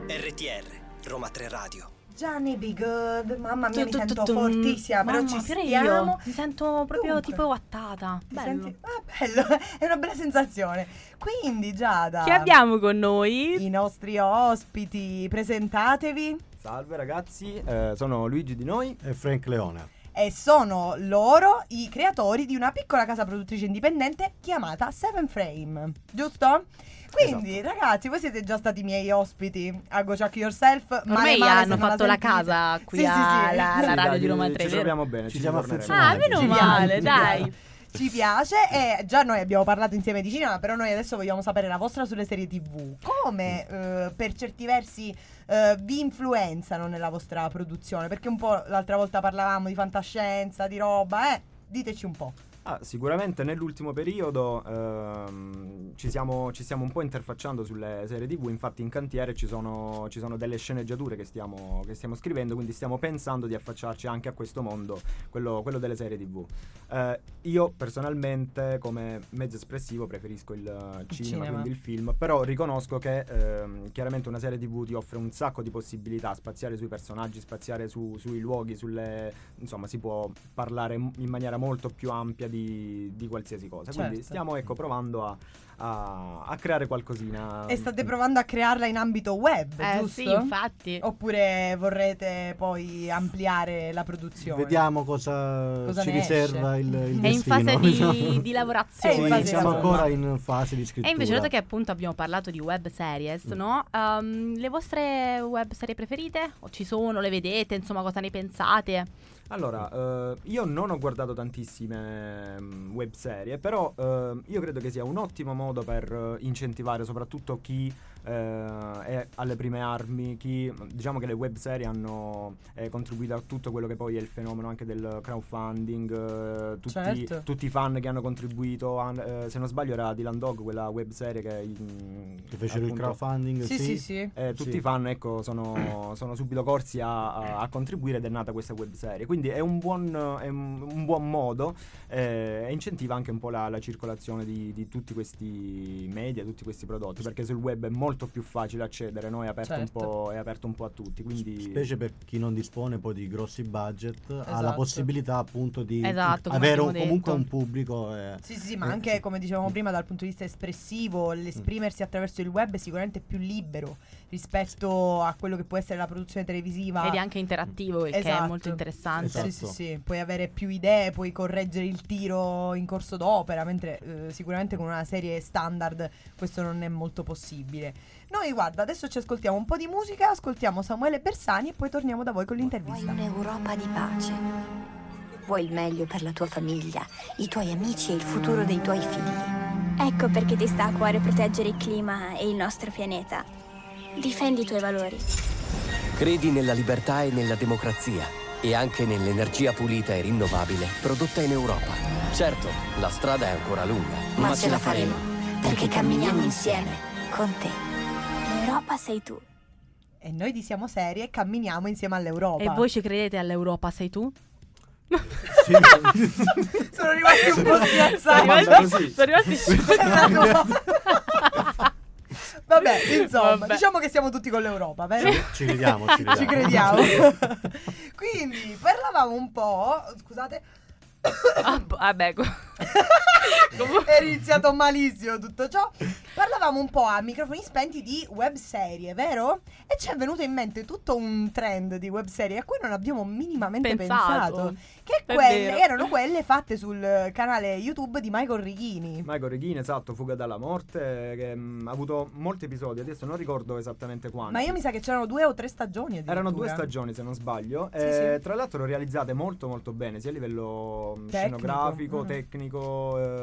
[SPEAKER 1] RTR Roma 3 Radio.
[SPEAKER 5] Johnny Be Good, mamma mia, mi
[SPEAKER 2] Tu- tu-
[SPEAKER 5] sento
[SPEAKER 2] tu- tu-
[SPEAKER 5] fortissima, però
[SPEAKER 2] Mamma,
[SPEAKER 5] ci
[SPEAKER 2] pure
[SPEAKER 5] stiamo.
[SPEAKER 2] io. Mi sento proprio
[SPEAKER 5] Dunque.
[SPEAKER 2] tipo attata.
[SPEAKER 5] Ti
[SPEAKER 2] Bello.
[SPEAKER 5] senti? Ah, bello, (laughs) è una bella sensazione. Quindi Giada,
[SPEAKER 2] Chi abbiamo con noi?
[SPEAKER 5] i nostri ospiti, presentatevi.
[SPEAKER 9] Salve ragazzi, eh, sono Luigi Di Noi.
[SPEAKER 10] E Frank Leone.
[SPEAKER 5] E sono loro i creatori di una piccola casa produttrice indipendente chiamata Seven Frame, giusto? Quindi,
[SPEAKER 9] Esatto.
[SPEAKER 5] ragazzi, voi siete già stati miei ospiti a Go Chuck Yourself. male
[SPEAKER 2] Ormai
[SPEAKER 5] male se
[SPEAKER 2] hanno
[SPEAKER 5] non la
[SPEAKER 2] fatto la
[SPEAKER 5] sentite.
[SPEAKER 2] casa qui
[SPEAKER 5] Sì, sì, sì.
[SPEAKER 2] alla, alla
[SPEAKER 9] Sì,
[SPEAKER 2] radio
[SPEAKER 9] dai,
[SPEAKER 2] di Roma
[SPEAKER 9] ci
[SPEAKER 2] 3. vero?
[SPEAKER 9] troviamo bene,
[SPEAKER 10] Ci
[SPEAKER 9] ci
[SPEAKER 10] siamo
[SPEAKER 9] ritorneremo.
[SPEAKER 2] Ah,
[SPEAKER 10] affezionati.
[SPEAKER 2] meno
[SPEAKER 5] Ci
[SPEAKER 2] male,
[SPEAKER 5] piace,
[SPEAKER 2] dai.
[SPEAKER 5] Ci piace e già noi abbiamo parlato insieme di cinema, però noi adesso vogliamo sapere la vostra sulle serie TV. Come eh, per certi versi eh, vi influenzano nella vostra produzione? Perché un po' l'altra volta parlavamo di fantascienza, di roba, eh. Diteci un po'.
[SPEAKER 9] Ah, sicuramente nell'ultimo periodo ehm, ci, siamo, ci stiamo un po' interfacciando sulle serie TV, infatti in cantiere ci sono, ci sono delle sceneggiature che stiamo, che stiamo scrivendo, quindi stiamo pensando di affacciarci anche a questo mondo, quello, quello delle serie TV. Eh, io personalmente come mezzo espressivo preferisco il cinema,
[SPEAKER 5] cinema.
[SPEAKER 9] quindi il film, però riconosco che ehm, chiaramente una serie TV ti offre un sacco di possibilità, spaziare sui personaggi, spaziare su- sui luoghi, sulle, insomma si può parlare m- in maniera molto più ampia di, di qualsiasi cosa. Quindi
[SPEAKER 5] Certo.
[SPEAKER 9] stiamo ecco, provando a, a- a creare qualcosina.
[SPEAKER 5] E state provando a crearla in ambito web,
[SPEAKER 2] Eh,
[SPEAKER 5] giusto?
[SPEAKER 2] sì, infatti.
[SPEAKER 5] Oh, Oppure vorrete poi ampliare la produzione?
[SPEAKER 10] Vediamo cosa,
[SPEAKER 5] Cosa
[SPEAKER 10] ci
[SPEAKER 5] ne esce.
[SPEAKER 10] riserva il, il
[SPEAKER 2] È in
[SPEAKER 10] destino. (laughs)
[SPEAKER 2] fase di,
[SPEAKER 10] diciamo.
[SPEAKER 2] di
[SPEAKER 5] È
[SPEAKER 2] lavorazione.
[SPEAKER 5] Eh, in
[SPEAKER 10] Sì,
[SPEAKER 5] fase di
[SPEAKER 10] siamo
[SPEAKER 5] lavoro.
[SPEAKER 10] ancora in fase di scrittura.
[SPEAKER 2] E invece, dato che appunto abbiamo parlato di web series, no? Ehm, le vostre web serie preferite? O ci sono, le vedete, insomma, cosa ne pensate?
[SPEAKER 9] Allora, eh, io non ho guardato tantissime mm, web serie, però eh, io credo che sia un ottimo modo per eh, incentivare soprattutto chi eh, è alle prime armi, chi diciamo che le web serie hanno eh, contribuito a tutto quello che poi è il fenomeno anche del crowdfunding, eh, tutti,
[SPEAKER 5] Certo.
[SPEAKER 9] tutti i fan che hanno contribuito, an- eh, se non sbaglio era Dylan Dog quella web serie che, mm,
[SPEAKER 10] Che fecero il
[SPEAKER 9] appunto,
[SPEAKER 10] crowdfunding,
[SPEAKER 5] Sì,
[SPEAKER 10] sì.
[SPEAKER 5] sì, sì.
[SPEAKER 9] eh, tutti
[SPEAKER 10] Sì.
[SPEAKER 9] i fan ecco, sono, sono subito corsi a, a- a contribuire ed è nata questa web serie. Quindi è un buon, è un, un buon modo eh, e incentiva anche un po' la, la circolazione di, di tutti questi media, tutti questi prodotti, perché sul web è molto più facile accedere, no? è, aperto
[SPEAKER 5] Certo.
[SPEAKER 9] un po', è aperto un po' a tutti. Quindi...
[SPEAKER 10] Specie per chi non dispone poi di grossi budget, ha
[SPEAKER 5] Esatto.
[SPEAKER 10] la possibilità appunto di
[SPEAKER 2] Esatto, come
[SPEAKER 10] avere un-
[SPEAKER 2] abbiamo
[SPEAKER 10] comunque
[SPEAKER 2] detto.
[SPEAKER 10] un pubblico. eh,
[SPEAKER 5] Sì, sì, sì, ma
[SPEAKER 10] eh,
[SPEAKER 5] anche
[SPEAKER 10] sì.
[SPEAKER 5] come dicevamo prima dal punto di vista espressivo, l'esprimersi attraverso il web è sicuramente più libero rispetto a quello che può essere la produzione televisiva.
[SPEAKER 2] Ed è anche interattivo, il che è
[SPEAKER 5] Esatto.
[SPEAKER 2] molto interessante.
[SPEAKER 10] Esatto.
[SPEAKER 5] Sì, sì, sì, puoi avere più idee, puoi correggere il tiro in corso d'opera, mentre eh, sicuramente con una serie standard questo non è molto possibile. Noi guarda, adesso ci ascoltiamo un po' di musica, ascoltiamo Samuele Bersani e poi torniamo da voi con
[SPEAKER 11] Vuoi
[SPEAKER 5] l'intervista.
[SPEAKER 11] un'Europa di pace. Vuoi il meglio per la tua famiglia, i tuoi amici e il futuro dei tuoi figli.
[SPEAKER 12] Ecco perché ti sta a cuore proteggere il clima e il nostro pianeta. Difendi i tuoi valori.
[SPEAKER 1] Credi nella libertà e nella democrazia e anche nell'energia pulita e rinnovabile prodotta in Europa. Certo, la strada è ancora lunga,
[SPEAKER 11] Ma, ce la faremo, perché camminiamo insieme, con te.
[SPEAKER 12] L'Europa sei tu.
[SPEAKER 5] E noi di Siamo Serie e camminiamo insieme all'Europa.
[SPEAKER 2] E voi ci credete all'Europa, sei tu?
[SPEAKER 10] sì.
[SPEAKER 5] sono rimasti un po' spiazzati.
[SPEAKER 9] Domanda così.
[SPEAKER 2] Sono rimasti sciocchi.
[SPEAKER 5] (laughs) Vabbè, insomma,
[SPEAKER 2] Vabbè.
[SPEAKER 5] diciamo che siamo tutti con l'Europa, vero?
[SPEAKER 10] ci crediamo, ci crediamo.
[SPEAKER 5] (laughs) Ci crediamo. Quindi parlavamo un po'. Scusate,
[SPEAKER 2] Ah, b- Vabbè, co-
[SPEAKER 5] è iniziato malissimo tutto ciò. Parlavamo un po' a microfoni spenti di web serie, vero? E ci è venuto in mente tutto un trend di web serie a cui non abbiamo minimamente pensato.
[SPEAKER 2] pensato.
[SPEAKER 5] che
[SPEAKER 2] È
[SPEAKER 5] quelle-
[SPEAKER 2] vero.
[SPEAKER 5] erano quelle fatte sul canale YouTube di Michael Righini.
[SPEAKER 9] (laughs) Michael Reghini, esatto, Fuga dalla morte, che mm, ha avuto molti episodi, adesso non ricordo esattamente quanti.
[SPEAKER 5] Ma io mi sa che c'erano due o tre stagioni.
[SPEAKER 9] Erano due
[SPEAKER 5] addirittura.
[SPEAKER 9] stagioni se non sbaglio.
[SPEAKER 5] Sì,
[SPEAKER 9] Eh,
[SPEAKER 5] sì.
[SPEAKER 9] Tra l'altro realizzate molto molto bene, sia a livello mm,
[SPEAKER 5] Tecnico.
[SPEAKER 9] scenografico,
[SPEAKER 5] Mm.
[SPEAKER 9] tecnico.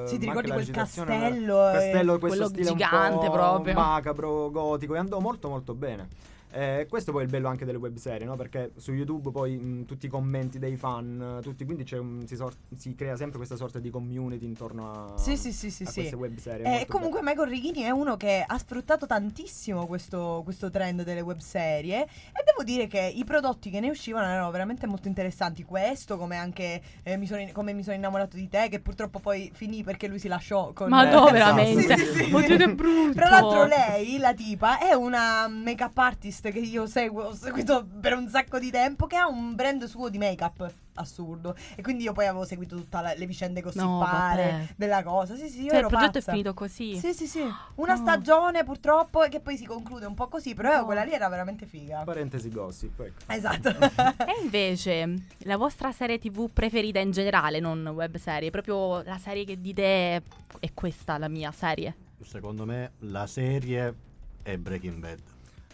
[SPEAKER 9] Eh,
[SPEAKER 5] Sì, ti ricordi
[SPEAKER 9] ma anche la
[SPEAKER 5] quel
[SPEAKER 9] recitazione,
[SPEAKER 5] castello, eh,
[SPEAKER 2] quello
[SPEAKER 9] Castello, questo stile
[SPEAKER 2] gigante
[SPEAKER 9] un po'
[SPEAKER 2] proprio.
[SPEAKER 9] macabro, gotico, e andò molto molto bene. Eh, questo poi è il bello anche delle webserie, no? Perché su YouTube poi mm, tutti i commenti dei fan, eh, tutti, quindi c'è un- si, sor- si crea sempre questa sorta di community intorno a,
[SPEAKER 5] Sì, sì, sì, sì,
[SPEAKER 9] a
[SPEAKER 5] sì.
[SPEAKER 9] queste webserie.
[SPEAKER 5] E
[SPEAKER 9] molto
[SPEAKER 5] Eh, comunque Michael Righini è uno che ha sfruttato tantissimo questo, questo trend delle webserie e devo dire che i prodotti che ne uscivano erano veramente molto interessanti. Questo, come anche eh, mi sono in- come mi sono innamorato di te, che purtroppo poi finì perché lui si lasciò con...
[SPEAKER 2] Ma no,
[SPEAKER 5] eh,
[SPEAKER 2] veramente.
[SPEAKER 5] Sì, sì, sì.
[SPEAKER 2] Oddio, che brutto.
[SPEAKER 5] Tra l'altro lei, la tipa, è una make-up artist che io seguo, ho seguito per un sacco di tempo, che ha un brand suo di make-up. assurdo. E quindi io poi avevo seguito tutte le vicende
[SPEAKER 2] No,
[SPEAKER 5] gossipare
[SPEAKER 2] vabbè.
[SPEAKER 5] della cosa. Sì, sì, io
[SPEAKER 2] Cioè, il
[SPEAKER 5] ero
[SPEAKER 2] progetto
[SPEAKER 5] pazza.
[SPEAKER 2] è finito così.
[SPEAKER 5] Sì, sì, sì. Una
[SPEAKER 2] No.
[SPEAKER 5] stagione purtroppo e che poi si conclude un po' così, però
[SPEAKER 2] No.
[SPEAKER 5] quella lì era veramente figa.
[SPEAKER 9] Parentesi gossip, ecco.
[SPEAKER 5] Esatto. (laughs)
[SPEAKER 2] E invece, la vostra serie TV preferita in generale, non web serie, proprio la serie che dite è questa la mia serie.
[SPEAKER 10] (laughs) Secondo me la serie è Breaking Bad.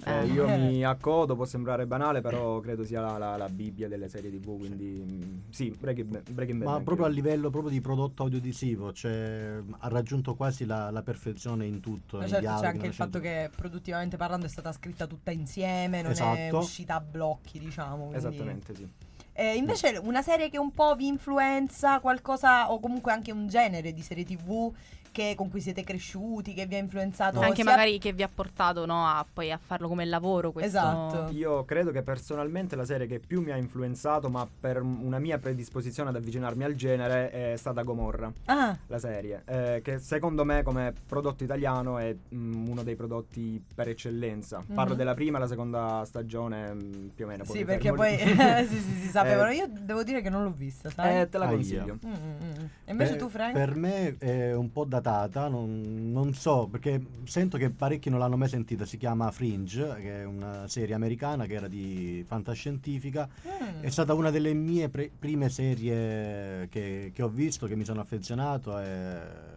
[SPEAKER 9] Eh, io mi accodo, può sembrare banale, però credo sia la, la- la Bibbia delle serie TV, quindi mm, sì, Breaking Bad. Breaking Bad
[SPEAKER 10] Ma
[SPEAKER 9] anche
[SPEAKER 10] proprio a
[SPEAKER 9] io.
[SPEAKER 10] livello proprio di prodotto audiovisivo, cioè, mh, ha raggiunto quasi la, la perfezione in tutto.
[SPEAKER 5] Ma
[SPEAKER 10] nei
[SPEAKER 5] certo,
[SPEAKER 10] dialoghi,
[SPEAKER 5] c'è anche il
[SPEAKER 10] nella
[SPEAKER 5] fatto che produttivamente parlando è stata scritta tutta insieme, non è
[SPEAKER 10] Esatto.
[SPEAKER 5] uscita a blocchi, diciamo. quindi-
[SPEAKER 9] Esattamente, sì.
[SPEAKER 5] Eh, invece una serie che un po' vi influenza, qualcosa o comunque anche un genere di serie TV che- con cui siete cresciuti, che vi ha influenzato.
[SPEAKER 2] Anche
[SPEAKER 5] sia-
[SPEAKER 2] magari che vi ha portato no, a poi a farlo come lavoro questo.
[SPEAKER 5] Esatto.
[SPEAKER 9] Io credo che personalmente la serie che più mi ha influenzato, ma per una mia predisposizione ad avvicinarmi al genere, è stata Gomorra,
[SPEAKER 5] Ah,
[SPEAKER 9] la serie, eh, che secondo me come prodotto italiano è mm, uno dei prodotti per eccellenza. Parlo
[SPEAKER 5] Mhm.
[SPEAKER 9] della prima e la seconda stagione mm, più o meno.
[SPEAKER 5] sì,
[SPEAKER 9] mi
[SPEAKER 5] perché
[SPEAKER 9] fermo lì.
[SPEAKER 5] poi (laughs) sì, sì, si sapevano.
[SPEAKER 9] Eh,
[SPEAKER 5] Io devo dire che non l'ho vista, sai?
[SPEAKER 9] (laughs) eh, te la
[SPEAKER 10] Ahia.
[SPEAKER 9] consiglio.
[SPEAKER 5] Mm, mm, mm. E invece
[SPEAKER 10] Per-
[SPEAKER 5] tu, Frank?
[SPEAKER 10] Eh, Per me è un po' datata, non, non so, perché sento che parecchi non l'hanno mai sentita. Si chiama Fringe, che è una serie americana che era di fantascientifica.
[SPEAKER 5] Mm.
[SPEAKER 10] È stata una delle mie pre- prime serie che, che ho visto, che mi sono affezionato e-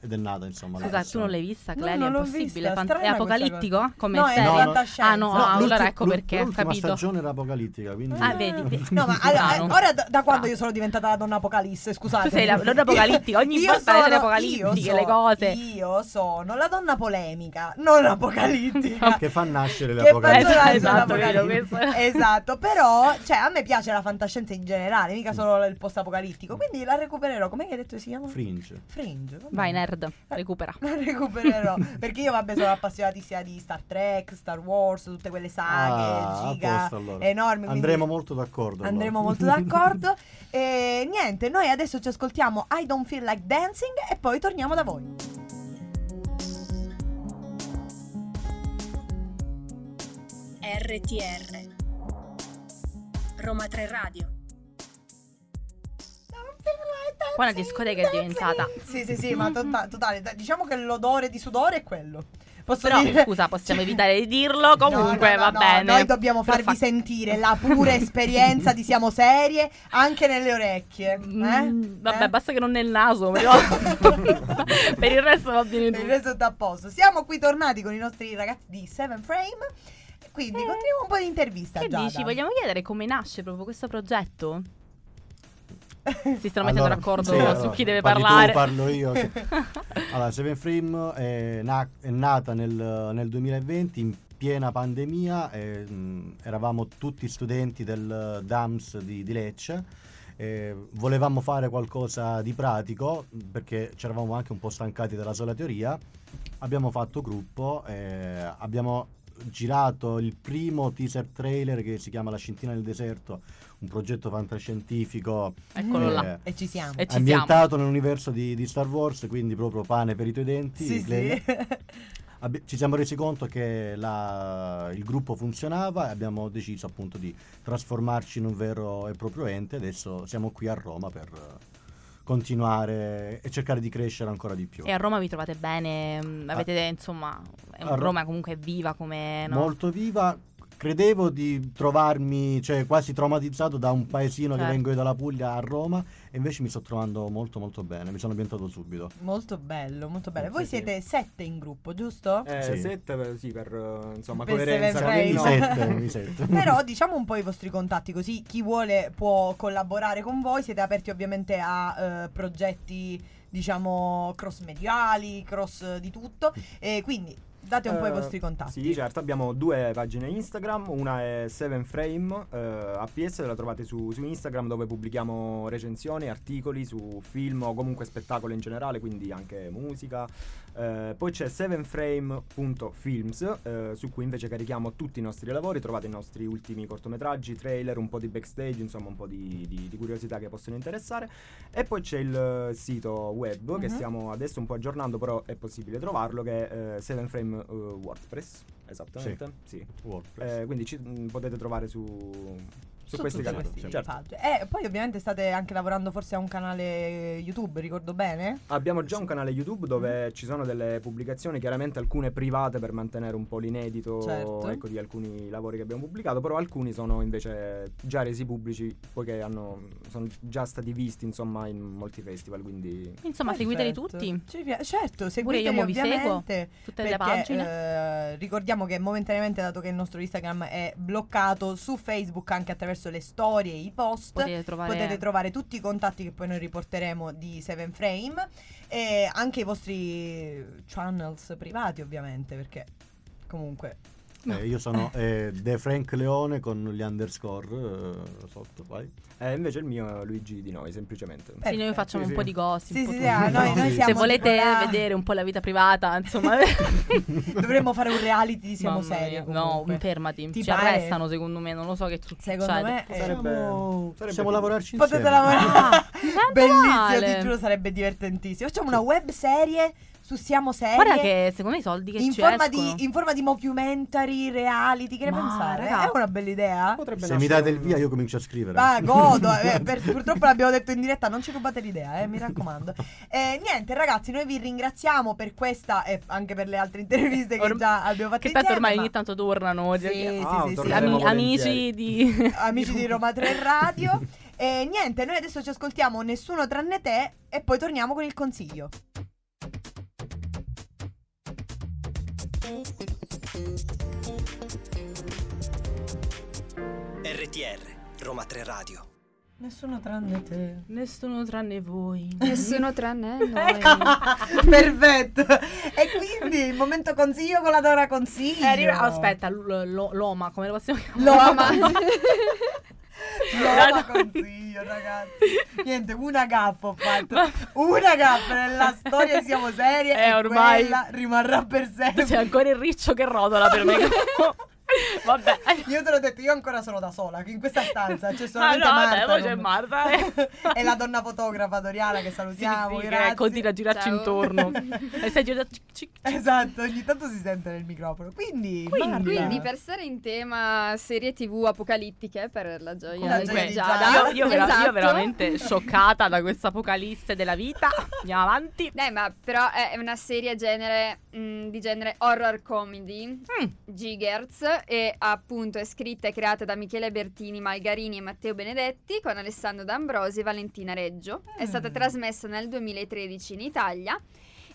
[SPEAKER 10] ed è nata, insomma. la
[SPEAKER 2] Scusa, tu
[SPEAKER 10] passione.
[SPEAKER 2] non l'hai vista,
[SPEAKER 5] No,
[SPEAKER 2] Clelia?
[SPEAKER 5] non
[SPEAKER 2] è
[SPEAKER 5] l'ho
[SPEAKER 2] possibile?
[SPEAKER 5] vista,
[SPEAKER 2] Fan- è
[SPEAKER 5] strana questa
[SPEAKER 2] apocalittico?
[SPEAKER 5] cosa.
[SPEAKER 2] Come
[SPEAKER 5] No, è
[SPEAKER 2] serie?
[SPEAKER 5] fantascienza.
[SPEAKER 2] Ah no,
[SPEAKER 5] No,
[SPEAKER 2] ah, allora
[SPEAKER 10] l'ulti-
[SPEAKER 2] ecco
[SPEAKER 10] l'ul-
[SPEAKER 2] perché, ho
[SPEAKER 10] l'ultima
[SPEAKER 2] capito.
[SPEAKER 10] stagione era apocalittica, quindi...
[SPEAKER 2] Ah, vedi, vedi.
[SPEAKER 5] No,
[SPEAKER 2] (laughs)
[SPEAKER 5] ma allora, eh,
[SPEAKER 2] Strano.
[SPEAKER 5] ora da, da quando
[SPEAKER 2] Strano.
[SPEAKER 5] io sono diventata la donna apocalisse, scusate.
[SPEAKER 2] Tu sei la
[SPEAKER 5] (laughs)
[SPEAKER 2] donna apocalittica, ogni
[SPEAKER 5] Io
[SPEAKER 2] volta le donne
[SPEAKER 5] sono-
[SPEAKER 2] apocalittiche,
[SPEAKER 5] io
[SPEAKER 2] le
[SPEAKER 5] so-
[SPEAKER 2] cose.
[SPEAKER 5] Io sono la donna polemica, non
[SPEAKER 2] (laughs)
[SPEAKER 5] apocalittica.
[SPEAKER 10] (laughs) Che
[SPEAKER 5] (laughs)
[SPEAKER 10] fa nascere le
[SPEAKER 5] Che fa
[SPEAKER 10] apocalisse.
[SPEAKER 5] nascere
[SPEAKER 2] Esatto,
[SPEAKER 5] l'apocalisse.
[SPEAKER 2] vero, questo-
[SPEAKER 5] Esatto,
[SPEAKER 2] (laughs)
[SPEAKER 5] però cioè, a me piace la fantascienza in generale, mica solo il post-apocalittico, quindi la recupererò. Com'è che hai detto che si chiama?
[SPEAKER 10] Fringe.
[SPEAKER 5] Fringe. va bene.
[SPEAKER 2] Vai nerd, recupera. (laughs)
[SPEAKER 5] La recupererò perché io vabbè sono appassionatissima di Star Trek, Star Wars, tutte quelle saghe
[SPEAKER 10] Ah, a
[SPEAKER 5] giga Eh,
[SPEAKER 10] posto, allora.
[SPEAKER 5] enormi. quindi-
[SPEAKER 10] Andremo molto d'accordo. allora.
[SPEAKER 5] Andremo
[SPEAKER 10] (laughs)
[SPEAKER 5] molto d'accordo. e niente, noi adesso ci ascoltiamo I Don't Feel Like Dancing e poi torniamo da voi.
[SPEAKER 4] RTR Roma 3 Radio
[SPEAKER 2] Qua la discoteca è diventata.
[SPEAKER 5] Sì, sì, sì, ma tota- totale, da- diciamo che l'odore di sudore è quello. Posso
[SPEAKER 2] Però,
[SPEAKER 5] dire-
[SPEAKER 2] scusa, possiamo evitare di dirlo. Comunque,
[SPEAKER 5] Eh. No, no,
[SPEAKER 2] va
[SPEAKER 5] no, no,
[SPEAKER 2] bene.
[SPEAKER 5] Noi dobbiamo
[SPEAKER 2] Però
[SPEAKER 5] farvi
[SPEAKER 2] fa-
[SPEAKER 5] sentire la pura esperienza di siamo serie anche nelle orecchie. eh?
[SPEAKER 2] Mm, Vabbè,
[SPEAKER 5] Eh?
[SPEAKER 2] basta che non nel naso.
[SPEAKER 5] (laughs)
[SPEAKER 2] Però... per il resto va bene
[SPEAKER 5] Per il
[SPEAKER 2] tutto.
[SPEAKER 5] resto sta a posto. Siamo qui tornati con i nostri ragazzi di Seven Frame. Quindi continuiamo un po' di intervista.
[SPEAKER 2] Eh. Che
[SPEAKER 5] Giada.
[SPEAKER 2] dici? Vogliamo chiedere come nasce proprio questo progetto? Si stanno mettendo
[SPEAKER 10] Allora,
[SPEAKER 2] d'accordo
[SPEAKER 10] sì,
[SPEAKER 2] su
[SPEAKER 10] allora,
[SPEAKER 2] chi deve
[SPEAKER 10] parli tu,
[SPEAKER 2] parlare.
[SPEAKER 10] parlo io. che- Allora, Seven Frame è, na- è nata nel, nel 2020 in piena pandemia, e, mh, eravamo tutti studenti del DAMS di, di Lecce. e volevamo fare qualcosa di pratico mh, perché ci eravamo anche un po' stancati dalla sola teoria. Abbiamo fatto gruppo, e abbiamo girato il primo teaser trailer che si chiama La scintina nel deserto, un progetto fantascientifico
[SPEAKER 2] (laughs) Eccolo là.
[SPEAKER 10] eh,
[SPEAKER 5] E ci siamo.
[SPEAKER 2] E ci siamo.
[SPEAKER 10] ambientato nell'universo di, di Star Wars, quindi proprio pane per i tuoi denti.
[SPEAKER 5] Sì,
[SPEAKER 10] Clem.
[SPEAKER 5] sì.
[SPEAKER 10] Abbi- ci siamo resi conto che la- il gruppo funzionava e abbiamo deciso appunto di trasformarci in un vero e proprio ente. Adesso siamo qui a Roma per eh, continuare e cercare di crescere ancora di più.
[SPEAKER 2] E a Roma vi trovate bene? mm, Avete, insomma, è un-
[SPEAKER 10] a Ro-
[SPEAKER 2] Roma comunque è viva come... No?
[SPEAKER 10] Molto viva. Credevo di trovarmi cioè, quasi traumatizzato da un paesino
[SPEAKER 2] Certo.
[SPEAKER 10] che vengo io dalla Puglia a Roma e invece mi sto trovando molto molto bene, mi sono ambientato subito.
[SPEAKER 5] (laughs) Molto bello, molto bello. Voi
[SPEAKER 9] Sì, sì.
[SPEAKER 5] siete sette in gruppo, giusto?
[SPEAKER 9] Eh,
[SPEAKER 10] Sì.
[SPEAKER 9] sette, per- sì, per eh, insomma
[SPEAKER 5] Per
[SPEAKER 9] coerenza
[SPEAKER 5] Seven
[SPEAKER 9] con
[SPEAKER 5] Frame.
[SPEAKER 9] il
[SPEAKER 10] Mi
[SPEAKER 5] no.
[SPEAKER 10] sette,
[SPEAKER 2] (laughs)
[SPEAKER 10] mi sette.
[SPEAKER 5] Però diciamo un po' i vostri contatti, così chi vuole può collaborare con voi. Siete aperti ovviamente a eh, progetti, diciamo, cross mediali, cross eh, di tutto. E quindi date un po' i
[SPEAKER 9] Eh,
[SPEAKER 5] vostri contatti.
[SPEAKER 9] Sì, certo, abbiamo due pagine Instagram, una è 7frame eh, APS, la trovate su, su Instagram dove pubblichiamo recensioni, articoli su film o comunque spettacolo in generale, quindi anche musica. Eh, poi c'è 7frame.films eh, su cui invece carichiamo tutti i nostri lavori, trovate i nostri ultimi cortometraggi, trailer, un po' di backstage, insomma un po' di, di- di curiosità che possono interessare. E poi c'è il eh, sito web che
[SPEAKER 5] Mhm.
[SPEAKER 9] stiamo adesso un po' aggiornando, però è possibile trovarlo, che è eh, 7frame WordPress. Esattamente, sì.
[SPEAKER 10] WordPress.
[SPEAKER 9] mm, Eh, quindi ci, mh, potete trovare su, Su questi
[SPEAKER 5] tutti
[SPEAKER 9] canali,
[SPEAKER 5] questi
[SPEAKER 9] certo.
[SPEAKER 5] pagine. E Eh, poi ovviamente state anche lavorando forse a un canale YouTube, ricordo bene?
[SPEAKER 9] Abbiamo già un canale YouTube
[SPEAKER 13] Mm-hmm.
[SPEAKER 9] dove ci sono delle pubblicazioni, chiaramente alcune private per mantenere un po' l'inedito
[SPEAKER 5] Certo.
[SPEAKER 9] ecco, di alcuni lavori che abbiamo pubblicato, però alcuni sono invece già resi pubblici poiché hanno- sono già stati visti insomma in molti festival, quindi
[SPEAKER 2] Insomma, seguiteli
[SPEAKER 5] Perfetto.
[SPEAKER 2] tutti.
[SPEAKER 5] Ci pi- certo,
[SPEAKER 2] Pure
[SPEAKER 5] seguiteli
[SPEAKER 2] io mo vi seguo.
[SPEAKER 5] ovviamente.
[SPEAKER 2] Tutte le
[SPEAKER 5] Perché,
[SPEAKER 2] pagine.
[SPEAKER 5] eh, ricordiamo che momentaneamente, dato che il nostro Instagram è bloccato su Facebook anche attraverso le storie e i post,
[SPEAKER 2] potete trovare.
[SPEAKER 5] eh, potete trovare tutti i contatti che poi noi riporteremo di Seven Frame e anche i vostri channels privati, ovviamente, perché comunque
[SPEAKER 10] Eh, io sono eh, De Frank Leone con gli underscore eh, sotto, vai.
[SPEAKER 9] Eh, invece il mio è Luigi Di Noi, semplicemente.
[SPEAKER 2] Sì, noi facciamo
[SPEAKER 9] Sì,
[SPEAKER 2] un po'
[SPEAKER 9] sì.
[SPEAKER 2] di gossip.
[SPEAKER 5] eh, Sì,
[SPEAKER 2] un po'
[SPEAKER 5] sì, sì,
[SPEAKER 2] tutto.
[SPEAKER 5] ah, noi, noi
[SPEAKER 10] Se
[SPEAKER 5] siamo
[SPEAKER 2] Se
[SPEAKER 5] tipo
[SPEAKER 2] volete
[SPEAKER 5] là-
[SPEAKER 2] vedere un po' la vita privata, insomma. (laughs)
[SPEAKER 5] dovremmo fare un reality, (laughs) siamo
[SPEAKER 2] Mamma mia.
[SPEAKER 5] seri.
[SPEAKER 2] No,
[SPEAKER 5] comunque.
[SPEAKER 2] fermati.
[SPEAKER 5] Ti
[SPEAKER 2] Ci
[SPEAKER 5] pare?
[SPEAKER 2] arrestano, secondo me. Non lo so che succede.
[SPEAKER 5] Secondo me eh,
[SPEAKER 9] Sarebbe-
[SPEAKER 10] possiamo,
[SPEAKER 9] sarebbe
[SPEAKER 10] possiamo
[SPEAKER 9] figo.
[SPEAKER 10] lavorarci insieme.
[SPEAKER 2] (laughs)
[SPEAKER 5] Potete lavorare.
[SPEAKER 2] tanto
[SPEAKER 5] Bellissimo,
[SPEAKER 2] vale.
[SPEAKER 5] ti giuro, sarebbe divertentissimo. Facciamo una web serie su Siamo Serie.
[SPEAKER 2] Guarda che secondo me i soldi che
[SPEAKER 5] in
[SPEAKER 2] ci
[SPEAKER 5] forma,
[SPEAKER 2] escono.
[SPEAKER 5] di, in forma di mockumentary, reality, che ne
[SPEAKER 2] Ma,
[SPEAKER 5] pensate?
[SPEAKER 2] raga.
[SPEAKER 5] È una bella idea?
[SPEAKER 9] Potrebbe
[SPEAKER 10] Se mi
[SPEAKER 9] nascere
[SPEAKER 10] date il
[SPEAKER 9] un-
[SPEAKER 10] via io comincio a scrivere. (laughs)
[SPEAKER 5] Ah, godo, eh, per- purtroppo l'abbiamo detto in diretta, non ci rubate l'idea, eh, mi raccomando. Eh, niente, ragazzi, noi vi ringraziamo per questa e anche per le altre interviste che
[SPEAKER 2] Orm-
[SPEAKER 5] già abbiamo fatto
[SPEAKER 2] Che tanto
[SPEAKER 5] insieme,
[SPEAKER 2] ormai
[SPEAKER 5] ma-
[SPEAKER 2] ogni tanto tornano.
[SPEAKER 5] Sì,
[SPEAKER 2] dire-
[SPEAKER 5] sì,
[SPEAKER 9] Ah,
[SPEAKER 5] sì, sì.
[SPEAKER 9] torneremo
[SPEAKER 2] Ami- amici
[SPEAKER 9] volentieri.
[SPEAKER 5] (laughs)
[SPEAKER 2] di.
[SPEAKER 5] amici di Roma 3 Radio. E niente, noi adesso ci ascoltiamo Nessuno tranne te e poi torniamo con il consiglio.
[SPEAKER 1] RTR, Roma 3 Radio.
[SPEAKER 5] Nessuno tranne
[SPEAKER 2] (laughs)
[SPEAKER 5] te.
[SPEAKER 2] Nessuno tranne voi.
[SPEAKER 13] Nessuno tranne noi.
[SPEAKER 5] Perfetto. E quindi il momento consiglio con la Dora consiglio.
[SPEAKER 2] Eh, arriva- aspetta, l- lo- l'oma, come lo possiamo chiamare?
[SPEAKER 5] Lo ama. (laughs)
[SPEAKER 2] No,
[SPEAKER 5] Lo
[SPEAKER 2] no.
[SPEAKER 5] consiglio, ragazzi. Niente, una gaffa ho fatto. Una gaffa nella storia siamo serie
[SPEAKER 2] Eh,
[SPEAKER 5] e
[SPEAKER 2] ormai-
[SPEAKER 5] quella rimarrà per
[SPEAKER 2] (laughs)
[SPEAKER 5] sempre.
[SPEAKER 2] C'è ancora il riccio che rotola per me.
[SPEAKER 5] (laughs)
[SPEAKER 2] vabbè.
[SPEAKER 5] Io te l'ho detto, io ancora sono da sola, che in questa stanza c'è
[SPEAKER 2] Ah,
[SPEAKER 5] solamente
[SPEAKER 2] no,
[SPEAKER 5] Marta.
[SPEAKER 2] vabbè, poi
[SPEAKER 5] non-
[SPEAKER 2] c'è Marta. eh.
[SPEAKER 5] (laughs) e la donna fotografa Doriana che
[SPEAKER 2] Sì,
[SPEAKER 5] salutiamo.
[SPEAKER 2] sì, che
[SPEAKER 5] grazie.
[SPEAKER 2] continua a girarci
[SPEAKER 13] Ciao. (laughs)
[SPEAKER 2] intorno. Eh, e sei girata. cic, cic, cic.
[SPEAKER 5] (laughs) Esatto, ogni tanto si sente nel microfono. Quindi, Marta,
[SPEAKER 13] Quindi per stare in tema serie tv apocalittiche per la gioia
[SPEAKER 5] La
[SPEAKER 13] di
[SPEAKER 5] gioia di
[SPEAKER 13] Giada.
[SPEAKER 5] Giada.
[SPEAKER 2] Io, io vera-
[SPEAKER 13] Esatto.
[SPEAKER 2] io veramente scioccata da questa apocalisse della vita. Andiamo avanti.
[SPEAKER 13] Dai, ma però è è una serie genere, mh, di genere horror comedy,
[SPEAKER 2] Mm.
[SPEAKER 13] Gigerz, e appunto è scritta e creata da Michele Bertini, Malgarini e Matteo Benedetti con Alessandro D'Ambrosi e Valentina Reggio. È stata
[SPEAKER 5] Mm.
[SPEAKER 13] trasmessa nel 2013 in Italia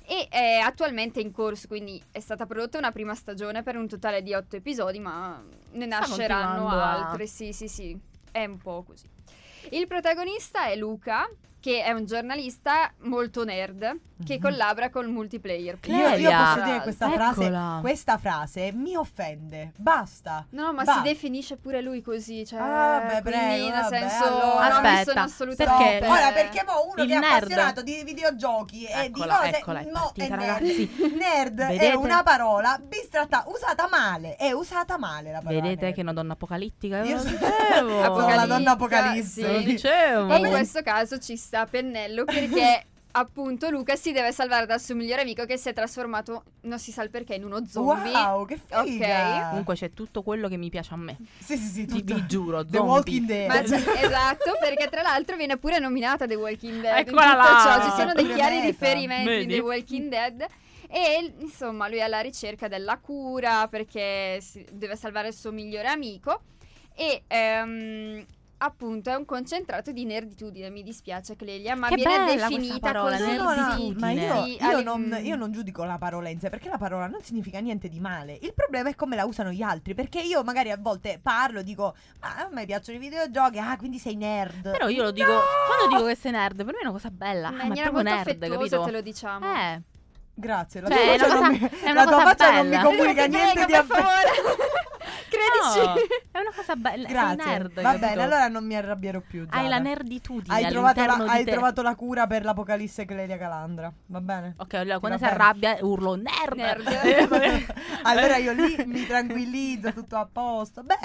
[SPEAKER 13] e è attualmente in corso, quindi è stata prodotta una prima stagione per un totale di otto episodi, ma ne nasceranno
[SPEAKER 2] continuando a-
[SPEAKER 13] altre. Sì, sì, sì, è un po' così. Il protagonista è Luca, che è un giornalista molto nerd che
[SPEAKER 5] Mhm.
[SPEAKER 13] collabora col multiplayer.
[SPEAKER 5] io, io
[SPEAKER 2] Clelia.
[SPEAKER 5] posso dire questa frase,
[SPEAKER 2] Eccola.
[SPEAKER 5] questa frase mi offende. Basta.
[SPEAKER 13] No, ma
[SPEAKER 5] Va.
[SPEAKER 13] si definisce pure lui così, cioè,
[SPEAKER 5] Ah, beh,
[SPEAKER 13] quindi
[SPEAKER 5] prego,
[SPEAKER 13] nel
[SPEAKER 5] vabbè,
[SPEAKER 13] senso
[SPEAKER 5] allora.
[SPEAKER 13] non mi
[SPEAKER 2] Aspetta,
[SPEAKER 13] sono assolutamente
[SPEAKER 2] perché-
[SPEAKER 5] Perché? Ora, perché mo uno
[SPEAKER 2] Il
[SPEAKER 5] che è
[SPEAKER 2] nerd.
[SPEAKER 5] appassionato di videogiochi e
[SPEAKER 2] Eccola,
[SPEAKER 5] di cose
[SPEAKER 2] eccola, è
[SPEAKER 5] no,
[SPEAKER 2] partita,
[SPEAKER 5] è nerd.
[SPEAKER 2] ragazzi.
[SPEAKER 5] (laughs) Nerd è
[SPEAKER 2] Vedete?
[SPEAKER 5] una parola bistratta, usata male, è usata male la parola.
[SPEAKER 2] Vedete
[SPEAKER 5] nerd.
[SPEAKER 2] che è una donna apocalittica.
[SPEAKER 5] Io
[SPEAKER 2] Io lo
[SPEAKER 5] sono-
[SPEAKER 2] dicevo.
[SPEAKER 5] (laughs) sono la donna
[SPEAKER 13] Apocalisse,
[SPEAKER 5] apocalisse.
[SPEAKER 2] Lo
[SPEAKER 13] sì.
[SPEAKER 2] dicevo.
[SPEAKER 13] E in questo caso ci sta a
[SPEAKER 2] (laughs)
[SPEAKER 13] pennello perché appunto Luca si deve salvare dal suo migliore amico che si è trasformato, non si sa il perché, in uno zombie.
[SPEAKER 5] Wow, che figa.
[SPEAKER 13] Ok.
[SPEAKER 2] Comunque c'è tutto quello che mi piace a
[SPEAKER 5] (laughs)
[SPEAKER 2] me.
[SPEAKER 5] sì, sì, sì,
[SPEAKER 2] Ti
[SPEAKER 5] tutto.
[SPEAKER 2] vi giuro,
[SPEAKER 5] The
[SPEAKER 2] zombie.
[SPEAKER 5] Walking Dead. (laughs)
[SPEAKER 13] Ma c'è- esatto, perché tra l'altro viene pure nominata The Walking Dead.
[SPEAKER 2] Eccola
[SPEAKER 13] in tutto
[SPEAKER 2] là!
[SPEAKER 13] ciò ci sono dei
[SPEAKER 5] Pure
[SPEAKER 13] chiari
[SPEAKER 5] meta.
[SPEAKER 13] riferimenti in
[SPEAKER 2] Vedi?
[SPEAKER 13] The Walking Dead. E insomma, lui è alla ricerca della cura perché si- deve salvare il suo migliore amico. E ehm, appunto è un concentrato di nerditudine. Mi dispiace, Clelia, ma
[SPEAKER 2] Che
[SPEAKER 13] viene
[SPEAKER 2] bella
[SPEAKER 13] definita
[SPEAKER 2] questa parola,
[SPEAKER 13] così.
[SPEAKER 5] No, no, no,
[SPEAKER 2] Nerditudine.
[SPEAKER 5] ma io,
[SPEAKER 13] Sì,
[SPEAKER 5] io
[SPEAKER 13] alle-
[SPEAKER 5] non,
[SPEAKER 2] mm.
[SPEAKER 5] io non giudico la parola in sé perché la parola non significa niente di male. Il problema è come la usano gli altri. Perché io magari a volte parlo, dico, ma a me piacciono i videogiochi, ah, quindi sei nerd.
[SPEAKER 2] Però io lo dico. Quando dico che sei nerd, per me è una cosa bella.
[SPEAKER 13] in
[SPEAKER 2] Ah, ma è
[SPEAKER 13] maniera
[SPEAKER 2] proprio
[SPEAKER 13] molto
[SPEAKER 2] nerd,
[SPEAKER 13] affettuosa
[SPEAKER 2] capito?
[SPEAKER 13] te lo diciamo.
[SPEAKER 2] Eh,
[SPEAKER 13] (laughs)
[SPEAKER 5] Grazie, la
[SPEAKER 2] Cioè,
[SPEAKER 5] tua
[SPEAKER 2] è
[SPEAKER 5] faccia,
[SPEAKER 2] una
[SPEAKER 5] non,
[SPEAKER 2] cosa-
[SPEAKER 5] mi,
[SPEAKER 2] è una
[SPEAKER 5] la tua
[SPEAKER 2] cosa
[SPEAKER 5] faccia non mi
[SPEAKER 2] bella.
[SPEAKER 5] comunica
[SPEAKER 13] Prego,
[SPEAKER 5] niente di
[SPEAKER 13] per
[SPEAKER 5] affetto.
[SPEAKER 13] favore.
[SPEAKER 2] no,
[SPEAKER 13] Credici.
[SPEAKER 2] è una cosa bella.
[SPEAKER 5] Grazie.
[SPEAKER 2] Sei nerd.
[SPEAKER 5] Va
[SPEAKER 2] capito?
[SPEAKER 5] bene, allora non mi arrabbierò più.
[SPEAKER 2] Hai
[SPEAKER 5] Giada.
[SPEAKER 2] la nerditudine.
[SPEAKER 5] Hai, trovato la,
[SPEAKER 2] all'interno di
[SPEAKER 5] hai
[SPEAKER 2] te.
[SPEAKER 5] trovato la cura per l'apocalisse Clelia Calandra. Va bene?
[SPEAKER 2] Ok, allora quando
[SPEAKER 5] Ti
[SPEAKER 2] si
[SPEAKER 5] va bene?
[SPEAKER 2] arrabbia urlo nerd.
[SPEAKER 13] Nerd.
[SPEAKER 2] Eh, (laughs) vabbè.
[SPEAKER 5] (laughs)
[SPEAKER 2] Eh.
[SPEAKER 5] allora io lì mi tranquillizzo, tutto a posto. Beh,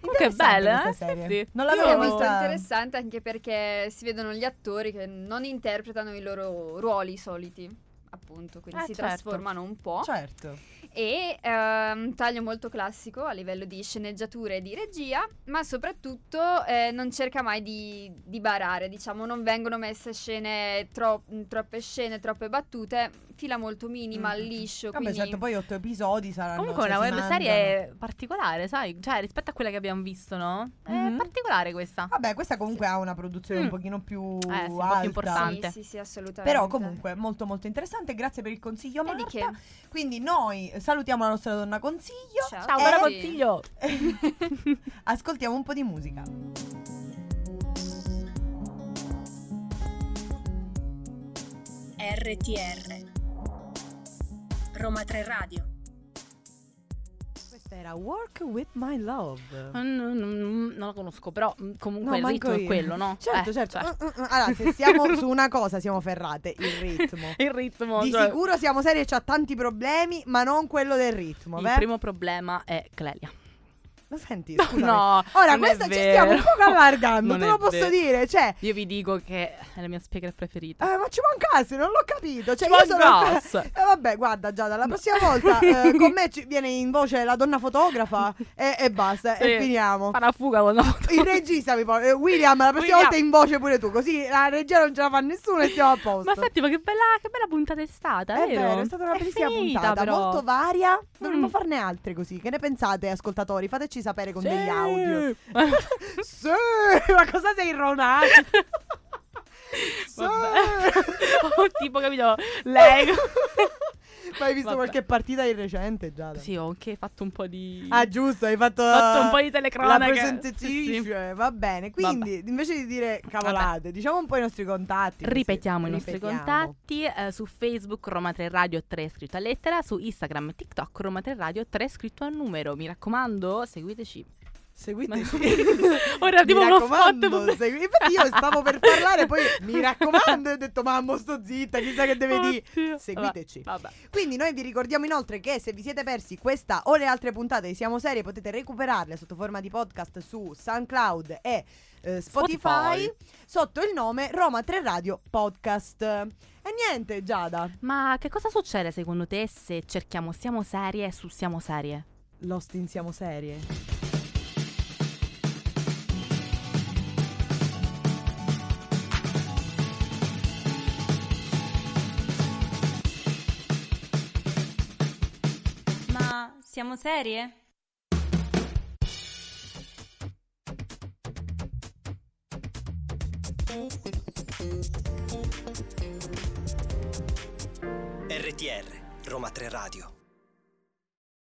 [SPEAKER 2] Comunque è
[SPEAKER 5] interessante
[SPEAKER 2] bella,
[SPEAKER 5] questa
[SPEAKER 2] eh?
[SPEAKER 5] serie.
[SPEAKER 2] Sì.
[SPEAKER 5] Non
[SPEAKER 13] Sì,
[SPEAKER 5] l'avevo
[SPEAKER 13] è (laughs) molto
[SPEAKER 5] vista.
[SPEAKER 13] interessante anche perché si vedono gli attori che non interpretano i loro ruoli soliti, appunto, quindi
[SPEAKER 2] Eh,
[SPEAKER 13] si
[SPEAKER 2] certo.
[SPEAKER 13] trasformano un po'.
[SPEAKER 5] Certo.
[SPEAKER 13] e eh, un taglio molto classico a livello di sceneggiatura e di regia, ma soprattutto eh, non cerca mai di, di barare, diciamo, non vengono messe scene tro- troppe scene, troppe battute, fila molto minima, liscio,
[SPEAKER 5] Mm. Vabbè,
[SPEAKER 13] quindi
[SPEAKER 5] certo, poi otto episodi saranno.
[SPEAKER 2] (laughs) Comunque
[SPEAKER 5] cioè,
[SPEAKER 2] una
[SPEAKER 5] si
[SPEAKER 2] webserie particolare, sai? Cioè, rispetto a quella che abbiamo visto, no? È
[SPEAKER 5] Mhm.
[SPEAKER 2] particolare questa.
[SPEAKER 5] Vabbè, questa comunque ha una produzione
[SPEAKER 2] Mm.
[SPEAKER 5] un pochino più
[SPEAKER 2] Eh, sì, un po' più
[SPEAKER 5] alta.
[SPEAKER 2] importante.
[SPEAKER 13] Sì, sì, sì, assolutamente.
[SPEAKER 5] Però comunque molto molto interessante, grazie per il consiglio
[SPEAKER 13] E di
[SPEAKER 5] Marta.
[SPEAKER 13] che?
[SPEAKER 5] Quindi noi salutiamo la nostra donna consiglio.
[SPEAKER 2] Ciao,
[SPEAKER 5] Eh,
[SPEAKER 2] buon
[SPEAKER 5] sì.
[SPEAKER 2] consiglio!
[SPEAKER 5] (laughs) Ascoltiamo un po' di musica.
[SPEAKER 4] RTR Roma 3 Radio
[SPEAKER 5] Questa era Work with My Love.
[SPEAKER 2] Mm, mm, mm, Non la conosco, però mm, comunque il
[SPEAKER 5] manco
[SPEAKER 2] ritmo è
[SPEAKER 5] io.
[SPEAKER 2] quello, no?
[SPEAKER 5] Certo,
[SPEAKER 2] Eh,
[SPEAKER 5] certo.
[SPEAKER 2] cioè,
[SPEAKER 5] Mm, mm, mm. Allora, se
[SPEAKER 2] (laughs)
[SPEAKER 5] siamo su una cosa siamo ferrate, (laughs) il ritmo.
[SPEAKER 2] Il ritmo,
[SPEAKER 5] Di
[SPEAKER 2] cioè,
[SPEAKER 5] sicuro siamo seri e c'ha tanti problemi, ma non quello del ritmo,
[SPEAKER 2] il
[SPEAKER 5] beh?
[SPEAKER 2] primo problema è
[SPEAKER 5] (laughs)
[SPEAKER 2] Clelia.
[SPEAKER 5] Ma senti,
[SPEAKER 2] No,
[SPEAKER 5] scusami.
[SPEAKER 2] no,
[SPEAKER 5] Ora
[SPEAKER 2] non è
[SPEAKER 5] questa ci stiamo un
[SPEAKER 2] vero.
[SPEAKER 5] po' allargando,
[SPEAKER 2] (laughs) Non
[SPEAKER 5] te
[SPEAKER 2] è
[SPEAKER 5] lo posso
[SPEAKER 2] vero.
[SPEAKER 5] dire, cioè
[SPEAKER 2] Io vi dico che è la mia spiega preferita.
[SPEAKER 5] Eh, ma ci mancasse, non l'ho capito. Cioè,
[SPEAKER 2] Ci
[SPEAKER 5] io
[SPEAKER 2] (laughs)
[SPEAKER 5] sono...
[SPEAKER 2] mancasse.
[SPEAKER 5] Eh, vabbè, guarda, Giada, la prossima
[SPEAKER 2] (laughs)
[SPEAKER 5] volta eh, con me ci- viene in voce la donna fotografa e, e basta, e
[SPEAKER 2] Sì,
[SPEAKER 5] finiamo.
[SPEAKER 2] Fa la fuga con la
[SPEAKER 5] Il regista mi porta. eh, William, la prossima
[SPEAKER 2] William.
[SPEAKER 5] volta in voce pure tu, così la regia non ce la fa nessuno e siamo a posto.
[SPEAKER 2] Ma senti, ma che bella, che bella puntata è stata,
[SPEAKER 5] è vero, è stata una bellissima
[SPEAKER 2] finita,
[SPEAKER 5] puntata,
[SPEAKER 2] però.
[SPEAKER 5] molto varia. Dovremmo
[SPEAKER 2] Mm.
[SPEAKER 5] farne altre così. Che ne pensate, ascoltatori? Fateci sapere con
[SPEAKER 2] Sì. (laughs)
[SPEAKER 5] degli audio. sì, ma cosa sei ronato?
[SPEAKER 2] (laughs)
[SPEAKER 5] sì.
[SPEAKER 2] Vabbè. Ho Oh, tipo capito
[SPEAKER 5] (laughs)
[SPEAKER 2] Lego.
[SPEAKER 5] Ma hai visto
[SPEAKER 2] Vabbè.
[SPEAKER 5] qualche partita di recente, Giada?
[SPEAKER 2] Sì, ho anche fatto un po' di
[SPEAKER 5] Ah, giusto, hai fatto,
[SPEAKER 2] Ho fatto un po' di
[SPEAKER 5] la
[SPEAKER 2] telecronache.
[SPEAKER 5] presentatrice.
[SPEAKER 2] Sì, sì.
[SPEAKER 5] Va bene, quindi invece di dire cavolate, diciamo un po' i nostri contatti. così.
[SPEAKER 2] Ripetiamo i nostri
[SPEAKER 5] Ripetiamo.
[SPEAKER 2] contatti eh, su Facebook Roma 3 Radio 3 scritto a lettera, su Instagram e TikTok Roma 3 Radio 3 scritto a numero. Mi raccomando, seguiteci.
[SPEAKER 5] Seguiteci.
[SPEAKER 2] (laughs) Ora
[SPEAKER 5] mi
[SPEAKER 2] tipo uno spot
[SPEAKER 5] raccomando,
[SPEAKER 2] pubblic-
[SPEAKER 5] segui- infatti io
[SPEAKER 2] (laughs)
[SPEAKER 5] stavo per parlare, poi mi raccomando, e ho detto mamma sto zitta, chissà che deve dire.
[SPEAKER 2] Oddio.
[SPEAKER 5] Seguiteci.
[SPEAKER 2] Vabbè.
[SPEAKER 5] Quindi noi vi ricordiamo inoltre che se vi siete persi questa o le altre puntate di Siamo Serie potete recuperarle sotto forma di podcast su SoundCloud e eh, Spotify,
[SPEAKER 2] Spotify.
[SPEAKER 5] sotto il nome Roma 3 Radio Podcast. E niente Giada,
[SPEAKER 2] Ma che cosa succede secondo te se cerchiamo siamo serie su siamo serie?
[SPEAKER 5] Lost in Siamo Serie.
[SPEAKER 14] Ma siamo serie?
[SPEAKER 1] RTR Roma 3 Radio